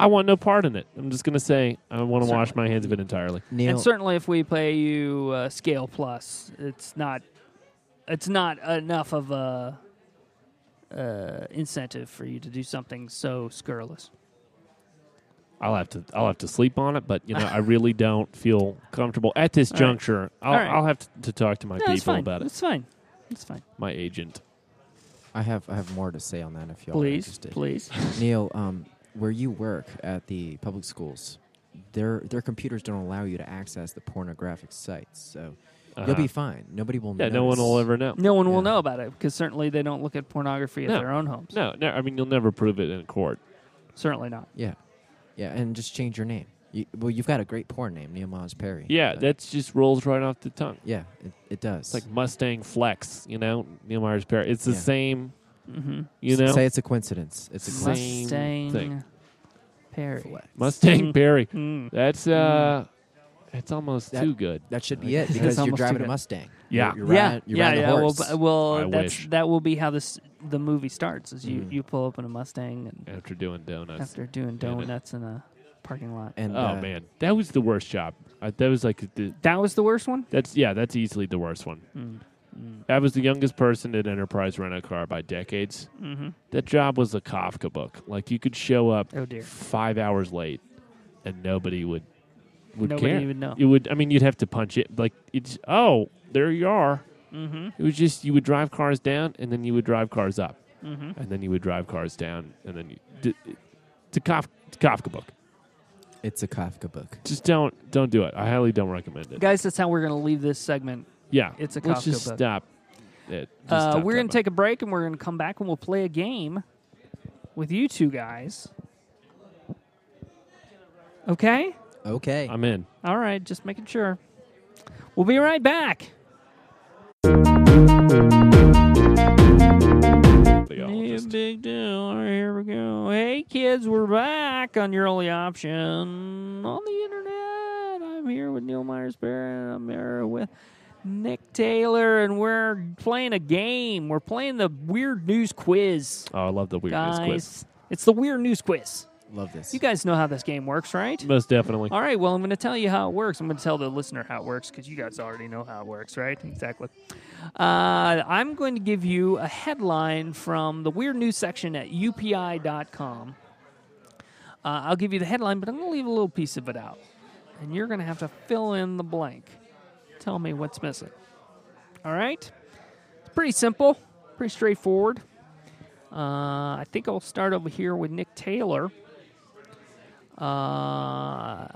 S8: I want no part in it. I'm just going to say I want to wash my hands of it entirely.
S5: Neil,
S1: and certainly, if we play you uh, scale plus, it's not, it's not enough of a uh, incentive for you to do something so scurrilous.
S8: I'll have to I'll have to sleep on it, but you know I really don't feel comfortable at this juncture. I'll,
S1: All right.
S8: I'll have to, to talk to my
S1: No,
S8: people
S1: it's fine.
S8: about it.
S1: It's fine. It's fine.
S8: My agent.
S5: I have I have more to say on that if y'all are
S8: *laughs*
S1: Please,
S5: interested.
S1: please.
S5: Neil, um, where you work at the public schools, their their computers don't allow you to access the pornographic sites. So
S8: Uh-huh.
S5: you'll be fine. Nobody will.
S8: Yeah, no one will
S5: notice.
S8: ever know.
S1: No one will
S5: Yeah.
S1: know about it because certainly they don't look at pornography at
S8: No.
S1: their own homes.
S8: No, no, I mean you'll never prove it in court.
S1: Certainly not.
S5: Yeah, yeah, and just change your name. You, well, you've got a great porn name, Neil Mons Perry.
S8: Yeah,
S5: but-
S8: that's just rolls right off the tongue.
S5: yeah, it, it does.
S8: It's like Mustang Flex, you know, Neil Myers Perry. It's the
S5: Yeah.
S8: same,
S1: hmm
S8: you
S5: S-
S8: know,
S5: say it's a coincidence. It's a
S8: Same
S5: coincidence.
S1: Mustang
S8: thing.
S1: Perry.
S8: Mustang Perry.
S1: Mm.
S8: That's uh, it's almost
S5: That-
S8: too good.
S5: That should be it
S1: That's
S5: because you're
S1: almost too
S5: driving a
S1: good.
S5: Mustang.
S8: Yeah. uh,
S5: you're, you're
S1: yeah,
S5: riding, you're
S1: yeah,
S5: riding
S1: yeah.
S5: a
S1: Well,
S5: horse.
S1: b- well,
S8: I
S1: that's
S8: wish. Mm-hmm.
S1: that will be how this the movie starts. Is you
S5: Mhm.
S1: you pull up in a Mustang and
S8: After doing donuts.
S1: after doing
S8: yeah, that-
S1: donuts in a parking lot.
S5: and
S8: oh
S5: uh,
S8: man, that was the worst job. I, that was like the,
S1: That was the worst one.
S8: that's yeah, that's easily the worst one.
S1: Mm.
S8: I was the youngest person at Enterprise Rent a Car by decades.
S1: Mm-hmm.
S8: That job was a Kafka book. Like you could show up
S1: Oh dear.
S8: five hours late, and nobody would would
S1: Nobody
S8: care. *laughs*
S1: would know.
S8: It would. I mean, you'd have to punch it. Like it's oh, there you are.
S1: Mm-hmm.
S8: It was just you would drive cars down, and then you would drive cars up,
S1: Mm-hmm.
S8: and then you would drive cars down, and then you. D- it's a Kafka, Kafka book.
S5: it's a Kafka book.
S8: Just don't don't do it. I highly don't recommend it.
S1: Guys, that's how we're going to leave this segment.
S8: Yeah,
S1: It's a
S8: Let's
S1: Kafka
S8: just
S1: book.
S8: stop. It. Just
S1: Uh,
S8: stop
S1: we're going to
S8: talking
S1: take a break and we're going to come back and we'll play a game with you two guys. Okay?
S5: Okay,
S8: about it. I'm in.
S1: All right, just making sure. We'll be right back.
S8: They all
S1: Yeah,
S8: just-
S1: big deal. All right, here we go. Hey, kids, we're back on your only option on the internet. I'm here with Neil Myers Barron. and I'm here with Nick Taylor, and we're playing a game. We're playing the weird news quiz,
S8: Oh, I love the weirdness
S1: guys.
S8: quiz.
S1: It's the weird news quiz.
S5: love this.
S1: You guys know how this game works, right?
S8: Most definitely.
S1: All right, well, I'm going to tell you how it works. I'm going to tell the listener how it works because you guys already know how it works, right? Exactly. Uh, I'm going to give you a headline from the weird news section at upi.com. Uh, I'll give you the headline, but I'm going to leave a little piece of it out. And you're going to have to fill in the blank. Tell me what's missing. All right? It's pretty simple, pretty straightforward. Uh, I think I'll start over here with Nick Taylor. Uh,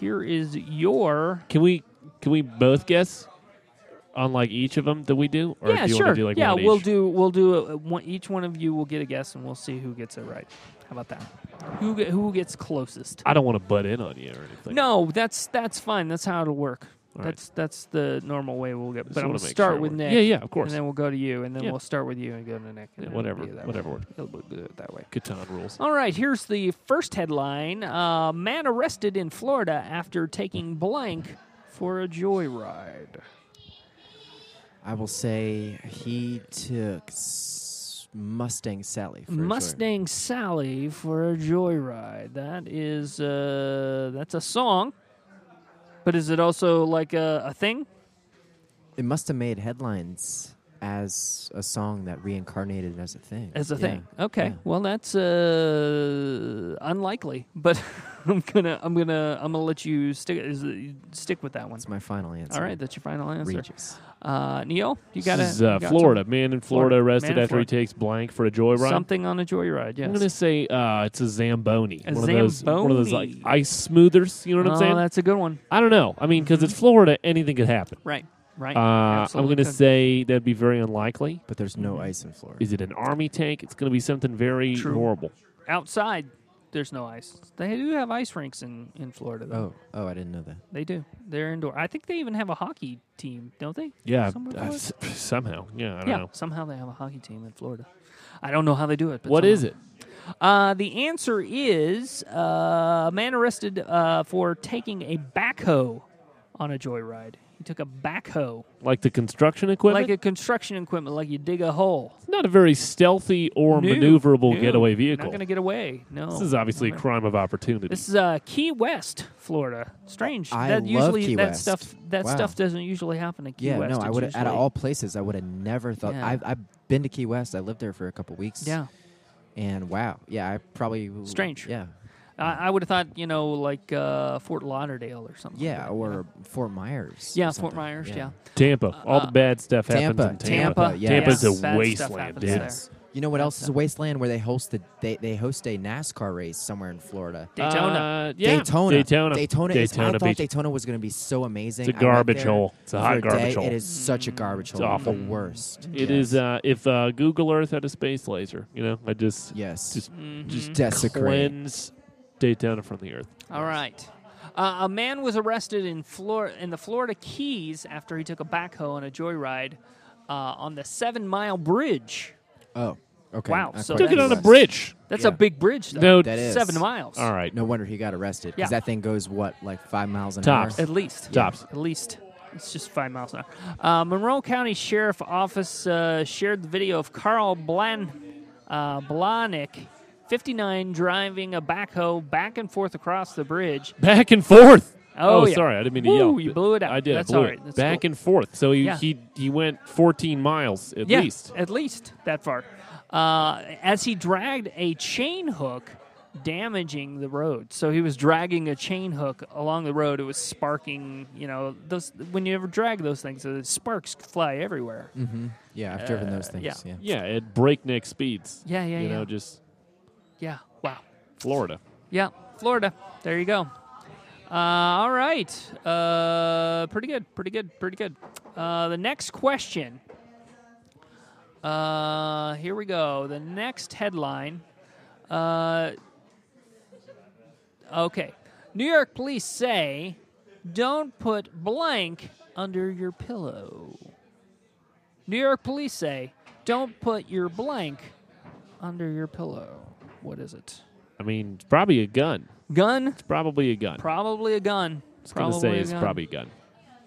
S1: here is your.
S8: Can we can we both guess on like each of them that we do, or
S1: yeah,
S8: do you
S1: sure.
S8: want to do like
S1: yeah,
S8: one
S1: we'll
S8: each?
S1: do. We'll do. A, one, each one of you will get a guess, and we'll see who gets it right. How about that? Who get, who gets closest?
S8: I don't want to butt in on you or anything.
S1: No, that's that's fine. That's how it'll work.
S8: All right.
S1: that's that's the normal way we'll get.
S8: Just
S1: But I'm
S8: wanna
S1: gonna
S8: make
S1: start
S8: sure it
S1: with
S8: works.
S1: Nick.
S8: Yeah, yeah, of course.
S1: And then we'll go to you, and then
S8: Yeah.
S1: we'll start with you and go to Nick. And
S8: Yeah,
S1: then
S8: whatever,
S1: We'll do it that
S8: whatever
S1: Way.
S8: works.
S1: We'll do it that way.
S8: Catan rules.
S1: All right, here's the first headline uh, Man arrested in Florida after taking blank for a joyride.
S5: I will say he took s- Mustang Sally. For a joyride.
S1: Mustang Sally for a joyride. That is, uh, that's a song. But is it also like a, a thing?
S5: It must have made headlines as a song that reincarnated as a thing.
S1: As a
S5: Yeah.
S1: thing. Okay.
S5: Yeah.
S1: Well, that's uh, unlikely, but *laughs* I'm gonna, I'm gonna, I'm gonna let you stick, is, stick with that one.
S5: That's my final answer.
S1: All right, that's your final answer.
S5: Regis.
S1: Uh, Neil, you got
S8: this is uh, Florida. Man in Florida
S1: Florida.
S8: arrested
S1: Man in
S8: after he takes blank for a joyride.
S1: Something on a joyride, yes.
S8: I'm gonna say uh, it's a zamboni.
S1: A
S8: one of those, one of those like
S1: Zamboni.
S8: ice smoothers. You know what
S1: oh,
S8: I'm saying?
S1: that's a good one.
S8: I don't know. I mean, because it's Florida, anything could happen.
S1: Right, right.
S8: Uh, I'm
S1: Absolutely
S8: gonna
S1: could.
S8: say that'd be very unlikely.
S5: But there's
S1: Mm-hmm.
S5: no ice in Florida.
S8: Is it an army tank? It's gonna be something very
S1: True.
S8: horrible.
S1: outside. There's no ice. They do have ice rinks in in Florida. Though.
S5: oh, oh, I didn't know that.
S1: They do. They're indoor. I think they even have a hockey team, don't they?
S8: Yeah,
S1: Somewhere
S8: uh, s- somehow. Yeah, I don't
S1: yeah.
S8: know.
S1: Somehow they have a hockey team in Florida. I don't know how they do it. But
S8: What is
S1: somehow.
S8: it?
S1: Uh, the answer is uh, a man arrested uh, for taking a backhoe on a joyride. He took a backhoe,
S8: Like the construction equipment?
S1: like a construction equipment, like you dig a hole.
S8: not a very stealthy or
S1: No,
S8: maneuverable
S1: no,
S8: getaway
S1: you're
S8: vehicle.
S1: Not going to get away. No.
S8: This is obviously a crime of opportunity.
S1: This is uh, Key West, Florida. Strange.
S5: I
S1: that
S5: love
S1: usually
S5: Key
S1: that
S5: West.
S1: stuff that
S5: Wow.
S1: stuff doesn't usually happen in Key
S5: Yeah,
S1: West.
S5: no, I
S1: It's
S5: would have, out of
S1: usually-
S5: all places, I would have never thought.
S1: Yeah.
S5: I've, I've been to Key West. I lived there for a couple weeks.
S1: Yeah,
S5: And wow. Yeah, I probably. w-
S1: Strange.
S5: Yeah.
S1: I, I would have thought you know like uh, Fort Lauderdale or something. like
S5: Yeah,
S1: that, you
S5: or
S1: know?
S5: Fort Myers. or
S1: yeah, Fort
S5: something.
S1: Myers. Yeah,
S8: Tampa. All the bad stuff happens
S5: Tampa,
S8: in Tampa.
S1: Tampa.
S5: yeah.
S8: Tampa's
S1: yeah.
S8: a
S1: Uh, Bad stuff
S8: wasteland,
S1: happens
S8: dude.
S1: there.
S5: Yes. You know what else is a wasteland where they host the they, they host a NASCAR race somewhere in Florida.
S1: Daytona.
S8: Uh, yeah.
S5: Daytona.
S8: Daytona.
S5: Daytona. is- I
S8: Daytona
S5: thought
S8: Beach.
S5: Daytona was going to be so amazing.
S8: It's a
S5: I went
S8: garbage
S5: there
S8: hole. It's a
S5: for
S8: hot
S5: day.
S8: garbage hole.
S5: It is such a garbage hole.
S8: awful.
S5: The worst.
S8: It is uh, if uh, Google Earth had a space laser, you know, I just
S5: Yes.
S8: just
S1: Mm.
S5: Just
S1: Mm-hmm.
S8: just
S5: desecrate.
S8: cleanse Daytona from the earth.
S1: All right. Uh, a man was arrested in Flor- in the Florida Keys after he took a backhoe on a joyride uh, on the Seven Mile Bridge.
S5: Oh. Okay.
S1: Wow,
S5: not
S1: so
S5: quite
S8: Took it on a
S5: impressed.
S8: bridge.
S1: That's
S5: Yeah.
S1: a big bridge, though.
S8: No,
S5: That is.
S1: seven miles.
S8: all right,
S5: No wonder he got arrested because
S1: Yeah.
S5: that thing goes what like five miles an
S8: Tops.
S5: hour.
S1: At least.
S8: Tops.
S1: At least. It's just five miles an hour. Uh, Monroe County Sheriff Office uh, shared the video of Carl Blan, uh, Blahnik, 59, driving a backhoe back and forth across the bridge.
S8: back and forth.
S1: Oh, yeah.
S8: sorry, I didn't mean to
S1: Woo,
S8: yell.
S1: you blew it out.
S8: I did.
S1: That's
S8: I blew
S1: all
S8: it.
S1: right. That's
S8: back
S1: cool.
S8: and forth. So he,
S1: Yeah.
S8: he he went 14 miles at
S1: yeah,
S8: least.
S1: At least that far. Uh, as he dragged a chain hook, damaging the road. So he was dragging a chain hook along the road. It was sparking, you know, those when you ever drag those things, the sparks fly everywhere.
S8: Mm.
S5: Yeah, I've driven those things.
S1: Uh, yeah.
S5: Yeah.
S8: Yeah, at breakneck speeds.
S1: Yeah, yeah,
S8: you
S1: yeah.
S8: know, just
S1: Yeah. Wow.
S8: Florida.
S1: Yeah. Florida. There you go. Uh, all right. Uh, pretty good. Pretty good. Pretty good. Uh, the next question. Uh, here we go. The next headline. Uh, okay. New York police say don't put blank under your pillow. New York police say don't put your blank under your pillow. What is it?
S8: I mean, it's probably a gun.
S1: Gun?
S8: It's probably a gun.
S1: Probably a gun.
S8: I was gonna
S1: Probably
S8: say
S1: a
S8: it's
S1: gun.
S8: probably a gun.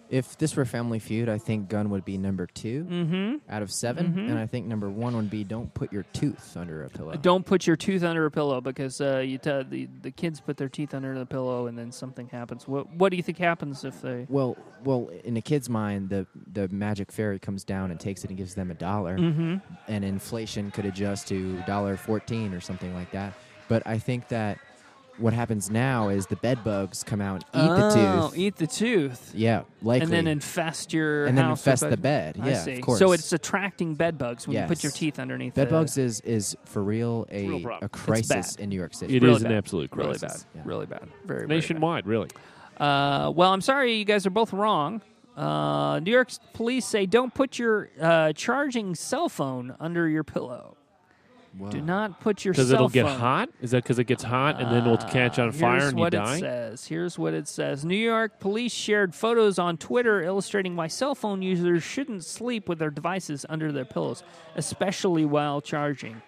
S5: If this were Family Feud, I think Gun would be number 2
S1: Mm-hmm.
S5: out of 7 and I think number one would be Don't put your tooth under a pillow.
S1: Don't put your tooth under a pillow because uh, you tell the the kids put their teeth under the pillow and then something happens. What what do you think happens if they?
S5: Well, well, in a kid's mind, the the magic fairy comes down and takes it and gives them a dollar,
S1: Mm-hmm.
S5: and inflation could adjust to dollar fourteen or something like that. But I think that what happens now is the bed bugs come out and eat the
S1: oh,
S5: tooth.
S1: eat the tooth,
S5: yeah, likely.
S1: and then infest your
S5: And then
S1: house
S5: infest
S1: with
S5: the
S1: bug-
S5: bed.
S1: I
S5: Yeah, of
S1: see. So
S5: course.
S1: it's attracting bed bugs when you put your
S5: Yes.
S1: teeth underneath.
S5: bed
S1: the-
S5: bugs is is for real a
S8: real problem.
S5: a
S8: It's
S5: crisis
S1: bad.
S5: in New York City.
S8: It
S1: Really
S8: is an
S1: bad.
S8: absolute
S1: Really
S8: crisis.
S1: bad.
S5: Yeah.
S1: Really bad. Very very bad.
S8: Nationwide, really.
S1: Uh, well, I'm sorry you guys are both wrong. Uh, New York police say don't put your uh, charging cell phone under your pillow. Do not put your cell
S8: Because
S1: phone. Uh,
S8: it'll get hot? Is that because it gets hot and then it'll catch on fire
S1: Here's
S8: and you
S1: what
S8: die?
S1: it says. Here's what it says. New York police shared photos on Twitter illustrating why cell phone users shouldn't sleep with their devices under their pillows, especially while charging.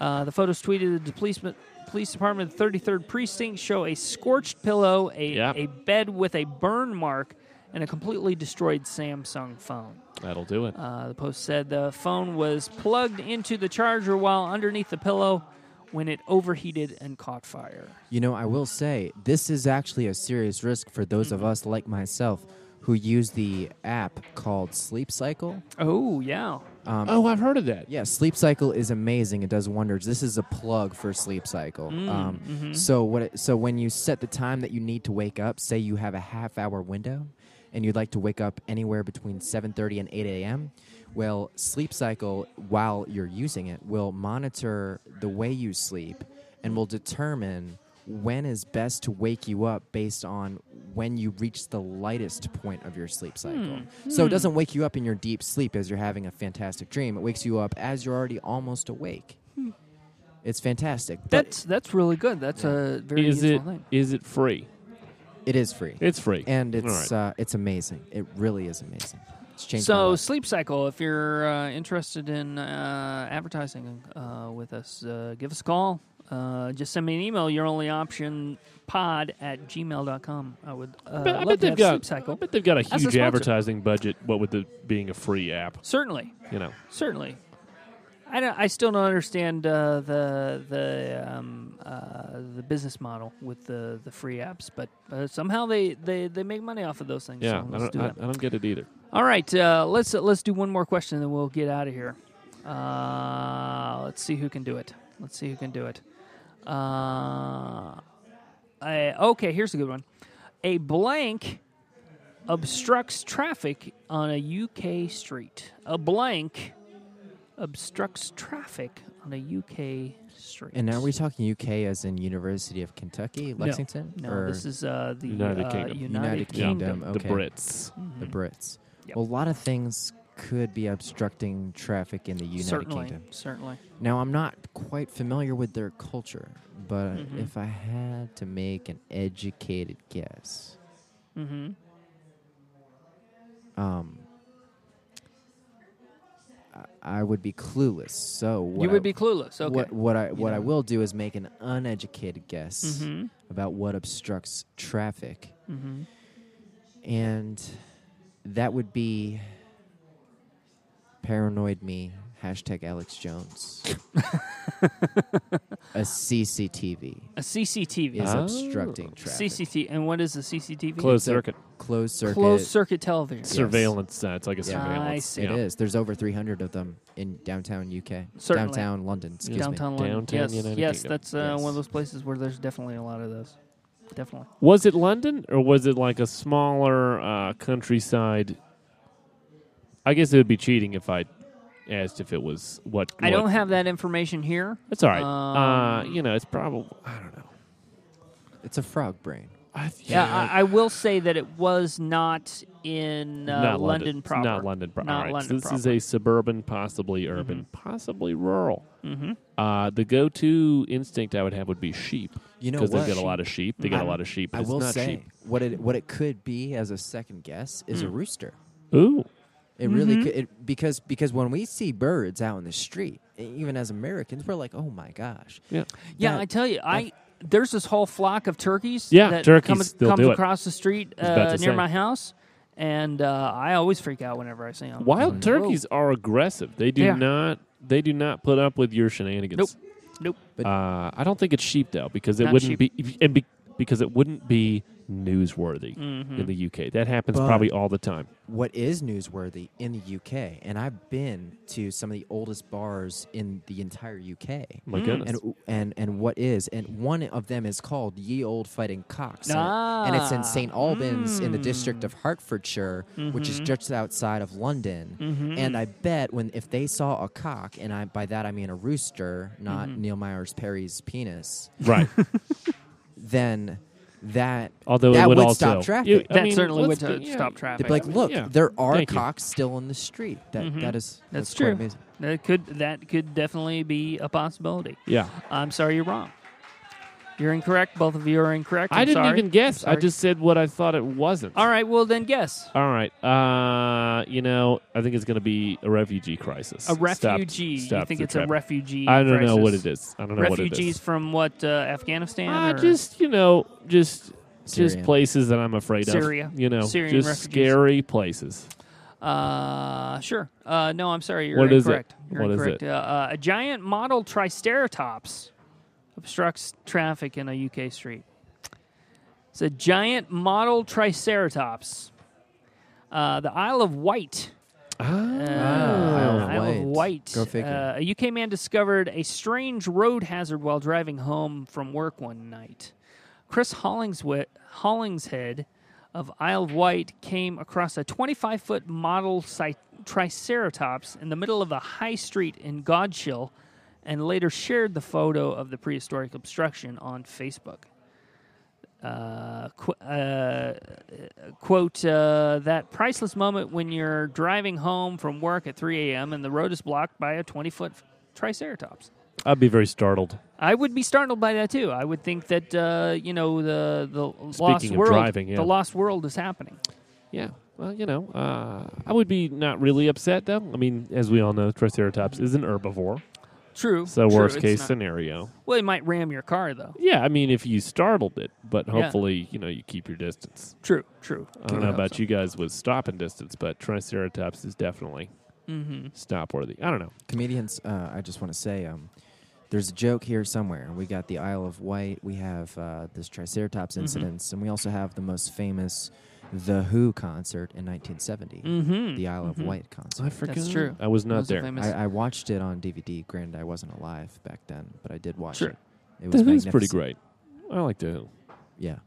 S1: Uh, the photos tweeted at the police, police department, 33rd precinct, show a scorched pillow, a,
S8: Yep.
S1: a bed with a burn mark, and a completely destroyed Samsung phone.
S8: That'll do it.
S1: Uh, the post said the phone was plugged into the charger while underneath the pillow when it overheated and caught fire.
S5: You know, I will say this is actually a serious risk for those of us like myself who use the app called Sleep Cycle.
S1: Oh yeah.
S8: oh, I've heard of that.
S5: Yeah, Sleep Cycle is amazing. It does wonders. This is a plug for Sleep Cycle. um, So what? It, so when you set the time that you need to wake up, say you have a half hour window, and you'd like to wake up anywhere between seven thirty and eight a.m. Well, Sleep Cycle, while you're using it, will monitor the way you sleep and will determine when is best to wake you up based on when you reach the lightest point of your sleep cycle.
S1: Hmm.
S5: So it doesn't wake you up in your deep sleep as you're having a fantastic dream. It wakes you up as you're already almost awake. It's fantastic. But
S1: Hmm. That's that's really good. That's a very
S8: Is it
S1: useful thing.
S8: is it free?
S5: it is free.
S8: It's free.
S5: and
S8: All
S5: it's
S8: right.
S5: uh, it's amazing. It really is amazing. It's changed my
S1: So
S5: life.
S1: sleep cycle. If you're uh, interested in uh, advertising uh, with us, uh, give us a call. Uh, just send me an email. Your only option pod at gmail.com. I would uh,
S8: But I
S1: love
S8: bet
S1: to
S8: they've
S1: have
S8: got.
S1: sleep cycle.
S8: I bet they've got a
S1: a
S8: huge
S1: sponsor.
S8: advertising budget. What with it being a free app,
S1: certainly,
S8: you know.
S1: certainly. I, don't, I still don't understand uh, the the um, uh, the business model with the, the free apps, but uh, somehow they, they, they make money off of those things.
S8: Yeah,
S1: so
S8: I
S1: let's
S8: don't.
S1: do
S8: I,
S1: that.
S8: I don't get it either.
S1: All right, uh, let's let's do one more question, and then we'll get out of here. Uh, let's see who can do it. Let's see who can do it. Uh, I- okay, here's a good one. A blank obstructs traffic on a UK street. A blank obstructs traffic on a UK street.
S5: And now we're talking UK as in University of Kentucky, Lexington,
S1: No,
S5: or
S1: this is uh, the
S8: United
S1: uh,
S8: Kingdom.
S1: United,
S5: United
S1: Kingdom.
S5: Kingdom.
S8: the
S5: okay.
S8: Brits.
S5: the Brits.
S1: Mm-hmm. Yep.
S5: Well, a lot of things could be obstructing traffic in the United
S1: certainly,
S5: Kingdom.
S1: certainly.
S5: Now, I'm not quite familiar with their culture, but
S1: Mhm.
S5: if I had to make an educated guess,
S1: Mm-hmm.
S5: um, I- I would be clueless. So what
S1: You
S5: I-
S1: would be clueless. Okay.
S5: What, what I what I
S1: know.
S5: will do is make an uneducated guess
S1: Mm-hmm.
S5: about what obstructs traffic,
S1: Mm-hmm.
S5: and that would be paranoid me hashtag
S1: *laughs*
S5: Alex Jones. a CCTV
S1: A CCTV.
S5: is
S8: Ah.
S5: obstructing traffic.
S1: CCTV. And what is a CCTV?
S8: Closed
S5: a
S8: circuit.
S5: Closed circuit.
S1: Closed circuit television.
S5: Yes.
S8: Surveillance. Uh, it's like a surveillance.
S1: I see.
S5: It
S8: yeah.
S5: is. There's over 300 of them in downtown UK.
S1: Certainly.
S5: Downtown London, excuse me.
S1: downtown London.
S8: Downtown
S1: yes,
S8: United
S1: yes,
S8: Kingdom.
S1: that's uh,
S5: Yes.
S1: one of those places where there's definitely a lot of those. Definitely.
S8: Was it London or was it like a smaller uh, countryside? I guess it would be cheating if I asked if it was what.
S1: I don't
S8: what-
S1: have that information here.
S8: That's all right. uh,
S1: um,
S8: you know, it's probably. I don't know.
S5: It's a frog brain.
S8: I,
S1: Yeah, I, I will say that it was not in uh,
S8: not
S1: London,
S8: It's
S1: proper.
S8: Not London proper.
S1: Not
S8: All right, so
S1: London
S8: this is
S1: proper. Mm-hmm.
S8: a suburban, possibly urban, possibly rural.
S1: Mhm.
S8: Uh, the go-to instinct I would have would be sheep.
S5: You know
S8: because they've
S5: what? Mm-hmm.
S8: got a lot of sheep. They got a lot of sheep. but
S5: I
S8: it's
S5: will
S8: not
S5: say
S8: sheep.
S5: what it what it could be as a second guess is
S8: Mm.
S5: a rooster.
S8: Ooh,
S5: It
S8: Mm-hmm.
S5: really could it, because because when we see birds out in the street, e- even as Americans, we're like, oh my gosh.
S8: yeah.
S1: Yeah,
S5: That-
S1: I tell you, I there's this whole flock of turkeys.
S8: Yeah,
S1: that
S8: turkeys,
S1: comes,
S8: they'll
S1: comes
S8: do it.
S1: across the street
S8: was about
S1: uh,
S8: to
S1: near
S8: say.
S1: my house, and uh, I always freak out whenever I see them.
S8: Wild turkeys are aggressive. They do
S1: Mm. Yeah.
S8: not. They do not put up with your shenanigans.
S1: Nope. Nope.
S8: Uh, I don't think it's sheep though, because it
S1: Not
S8: wouldn't
S1: sheep.
S8: be and be, because it wouldn't be newsworthy
S1: Mm-hmm.
S8: in the UK. That happens
S5: But-
S8: probably all the time.
S5: What is newsworthy in the UK? And I've been to some of the oldest bars in the entire UK.
S1: Mm.
S8: My goodness.
S5: and and and what is and one of them is called Ye Old Fighting Cocks, and it- and it's
S1: Ah,
S5: in St Albans in the district
S8: mm.
S5: of Hertfordshire, which
S8: Mm-hmm.
S5: is just outside of London. And I bet when if they saw a cock, and I by that I mean a rooster, not
S8: Mm-hmm.
S5: Neil Myers Perry's penis,
S8: *laughs* right.
S5: then that
S8: Although
S5: that
S8: it would,
S5: would
S8: also
S5: stop
S8: You-
S5: traffic.
S8: I
S1: That
S8: mean,
S1: certainly
S8: let's
S1: would, uh,
S8: be- yeah,
S1: stop
S5: They'd
S1: traffic.
S5: be like, look,
S8: yeah.
S5: there are
S8: Thank you. Mm-hmm.
S5: cocks still in the street. That, that is
S1: That's
S5: quite
S1: true.
S5: amazing.
S1: That could that could definitely be a possibility.
S8: Yeah.
S1: I'm sorry, you're wrong. You're incorrect. Both of you are incorrect. I'm
S8: I did not
S1: sorry.
S8: even guess.
S1: I'm
S8: I
S1: sorry.
S8: just said what I thought it wasn't.
S1: All right. Well, then guess
S8: All right. Uh, you know, I think it's going to be a refugee crisis.
S1: a
S8: Stop-
S1: refugee.
S8: stop
S1: you think
S8: the
S1: it's
S8: traffic.
S1: a refugee?
S8: I don't know
S1: crisis.
S8: what it is. I don't know what it is.
S1: Refugees from what uh, Afghanistan?
S8: Uh,
S1: or-
S8: just you know, just just
S5: Syrian.
S8: places that I'm afraid
S1: Syria.
S8: of. You know,
S1: Syrian
S8: just
S1: refugees.
S8: scary places.
S1: Uh, sure. Uh, no, I'm sorry. You're
S8: What is it?
S1: incorrect. You're
S8: What is
S1: incorrect.
S8: it?
S1: Uh, uh, a giant model triceratops obstructs traffic in a UK street. It's a giant model triceratops. Uh, the Isle of Wight. Uh,
S5: Isle
S8: Uh,
S5: of
S1: Isle of
S5: Wight.
S1: Wight.
S5: Go figure.
S1: Uh, a UK man discovered a strange road hazard while driving home from work one night. Chris Hollingswit, Hollingshead of Isle of Wight came across a 25 foot model cy- Triceratops in the middle of a high street in Godshill and later shared the photo of the prehistoric obstruction on Facebook. Uh, qu- uh, quote uh, that priceless moment when you're driving home from work at 3 a.m. and the road is blocked by a 20 foot Triceratops.
S8: I'd be very startled.
S1: I would be startled by that too. I would think that uh, you know the the lost
S8: of
S1: world,
S8: driving, yeah.
S1: the lost world is happening.
S8: Yeah. Well, you know, uh, I would be not really upset though. I mean, as we all know, Triceratops is an herbivore,
S1: True.
S8: so
S1: true,
S8: worst
S1: it's
S8: case
S1: not-
S8: scenario.
S1: Well, it might ram your car though.
S8: Yeah, I mean, if you startled it, but
S1: Yeah.
S8: hopefully, you know, you keep your distance.
S1: True. True.
S8: I don't know about you guys with stopping distance, but Triceratops is definitely
S1: Mm-hmm, Hmm.
S8: stop worthy. I don't know.
S5: comedians uh, i just want to say um, there's a joke here somewhere we got the isle of wight we have uh, this triceratops
S1: Mm-hmm.
S5: incidents and we also have the most famous the who concert in 1970
S1: Mhm.
S5: the isle of wight concert
S8: I forgot.
S1: true.
S8: I was not
S1: Those are
S8: there.
S1: famous-
S5: I, I watched it on dvd granted i wasn't alive back then but i did watch
S1: Sure.
S5: it it
S8: The
S5: was
S8: Who's pretty
S5: magnificent.
S8: great. I like the Who.
S5: yeah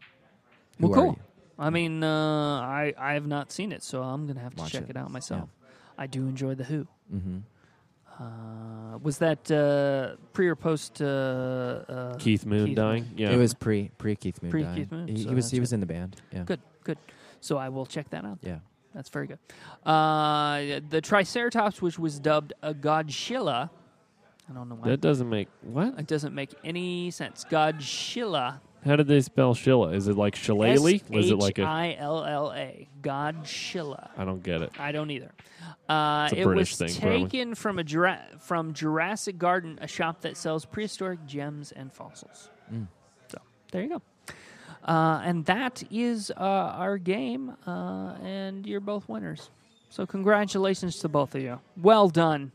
S5: who
S1: Well,
S5: are
S1: cool.
S5: you?
S1: I mean, uh, I I have not seen it, so I'm gonna have to
S5: Watch
S1: check it.
S5: it.
S1: out myself. I do enjoy the Who.
S5: Mhm.
S1: Uh, was that uh, pre or post uh, uh,
S8: Keith Moon
S1: Keith
S8: dying. Yeah.
S5: It was pre pre Keith Moon.
S1: Pre-
S5: dying.
S1: Keith Moon,
S5: He,
S1: so
S5: he was
S1: that's
S5: he was
S1: it.
S5: in the band. Yeah.
S1: Good, good. So I will check that out.
S5: Yeah.
S1: That's very good. Uh, the Triceratops, which was dubbed a Godzilla, I don't know why.
S8: that doesn't make what?
S1: it doesn't make any sense. Godzilla.
S8: How did they spell Shilla? Is it like shillelagh? Is it like a?
S1: I L L A. Godzilla.
S8: I don't get it.
S1: I don't either. Uh,
S8: It's a
S1: it was
S8: British thing, probably.
S1: taken from a Jura- from Jurassic Garden, a shop that sells prehistoric gems and fossils.
S8: Mm.
S1: So there you go. Uh, and that is uh, our game, uh, and you're both winners. So congratulations to both of you. Well done.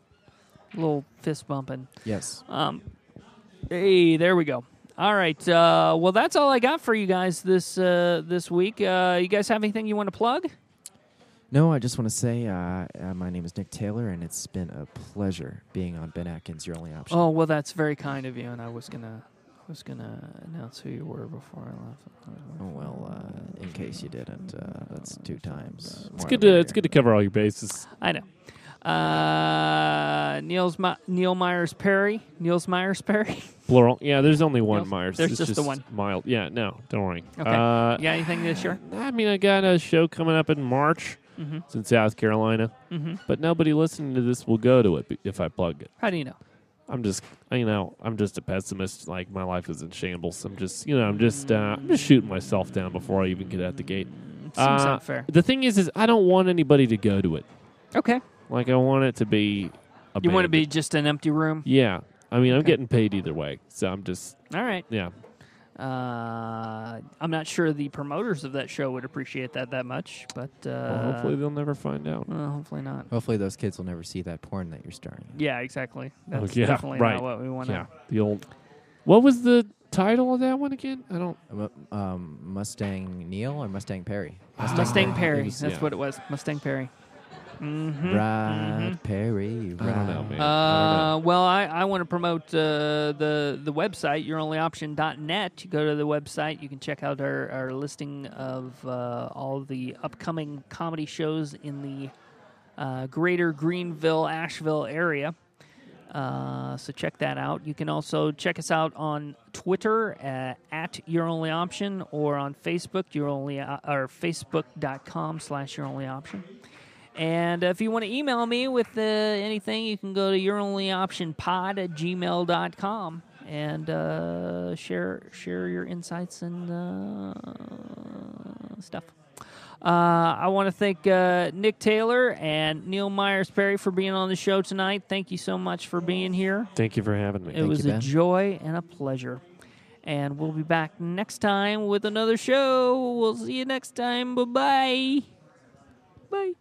S1: Little fist bumping. Um,
S5: Yes.
S1: Hey, there we go. All right. Uh, well, that's all I got for you guys this uh, this week. Uh, you guys have anything you want to plug?
S5: No, I just want to say uh, uh, my name is Nick Taylor, and it's been a pleasure being on Ben Atkins. Your only option.
S1: Oh well, that's very kind of you. And I was gonna, I was gonna announce who you were before I left.
S5: Oh, well, uh, in case you didn't, uh, that's two times.
S8: It's good to it's good to cover all your bases.
S1: I know. Uh, Niels My- Neil Myers Perry. Niels Myers Perry.
S8: Plural. Yeah, there's only one
S1: Nope,
S8: Myers.
S1: there's
S8: It's
S1: just the one.
S8: Mild. Yeah. No, don't worry.
S1: Okay.
S8: Uh,
S1: you got anything this year?
S8: I mean, I got a show coming up in March.
S1: Mm-hmm,
S8: It's in South Carolina,
S1: Mhm.
S8: but nobody listening to this will go to it be- if I plug it.
S1: How do you know?
S8: I'm just, you know, I'm just a pessimist. Like my life is in shambles. I'm just, you know, I'm just, uh, I'm just shooting myself down before I even get out the gate.
S1: seems
S8: Uh,
S1: not fair.
S8: The thing is, is I don't want anybody to go to it.
S1: Okay.
S8: Like I want it to be. Abandoned.
S1: You want to be just an empty room?
S8: Yeah. I mean, I'm getting paid either way, so I'm just,
S1: All right.
S8: yeah.
S1: Uh, I'm not sure the promoters of that show would appreciate that that much, but uh,
S8: Well, hopefully they'll never find out.
S1: well, hopefully not.
S5: Hopefully, those kids will never see that porn that you're starring. in.
S1: Yeah, exactly. That's
S8: Oh, yeah,
S1: definitely
S8: right.
S1: not what we want.
S8: Yeah. The old. What was the title of that one again? I don't.
S5: Mu- Um, Mustang Neil or Mustang Perry?
S1: Mustang, Perry.
S8: It was-
S1: That's
S8: yeah.
S1: what it was. Mustang Perry.
S5: Right, Perry. Right.
S8: Mm-hmm. I don't know, man. I
S1: Uh, well, I, I want to promote uh, the the website youronlyoption.net. You go to the website, you can check out our, our listing of uh, all the upcoming comedy shows in the uh, greater Greenville, Asheville area. Uh, so check that out. You can also check us out on Twitter uh, at Your Only Option or on Facebook, Your Only uh, or Facebook.com slash Your Only Option. And if you want to email me with uh, anything, you can go to Your Only Option Pod at gmail.com and uh, share share your insights and uh, stuff. Uh, I want to thank uh, Nick Taylor and Neil Myers Perry for being on the show tonight. Thank you so much for being here.
S8: don't know. Thank you for having me.
S1: It was
S5: you,
S1: a
S5: Ben.
S1: joy and a pleasure. And we'll be back next time with another show. We'll see you next time. Bye-bye. Bye.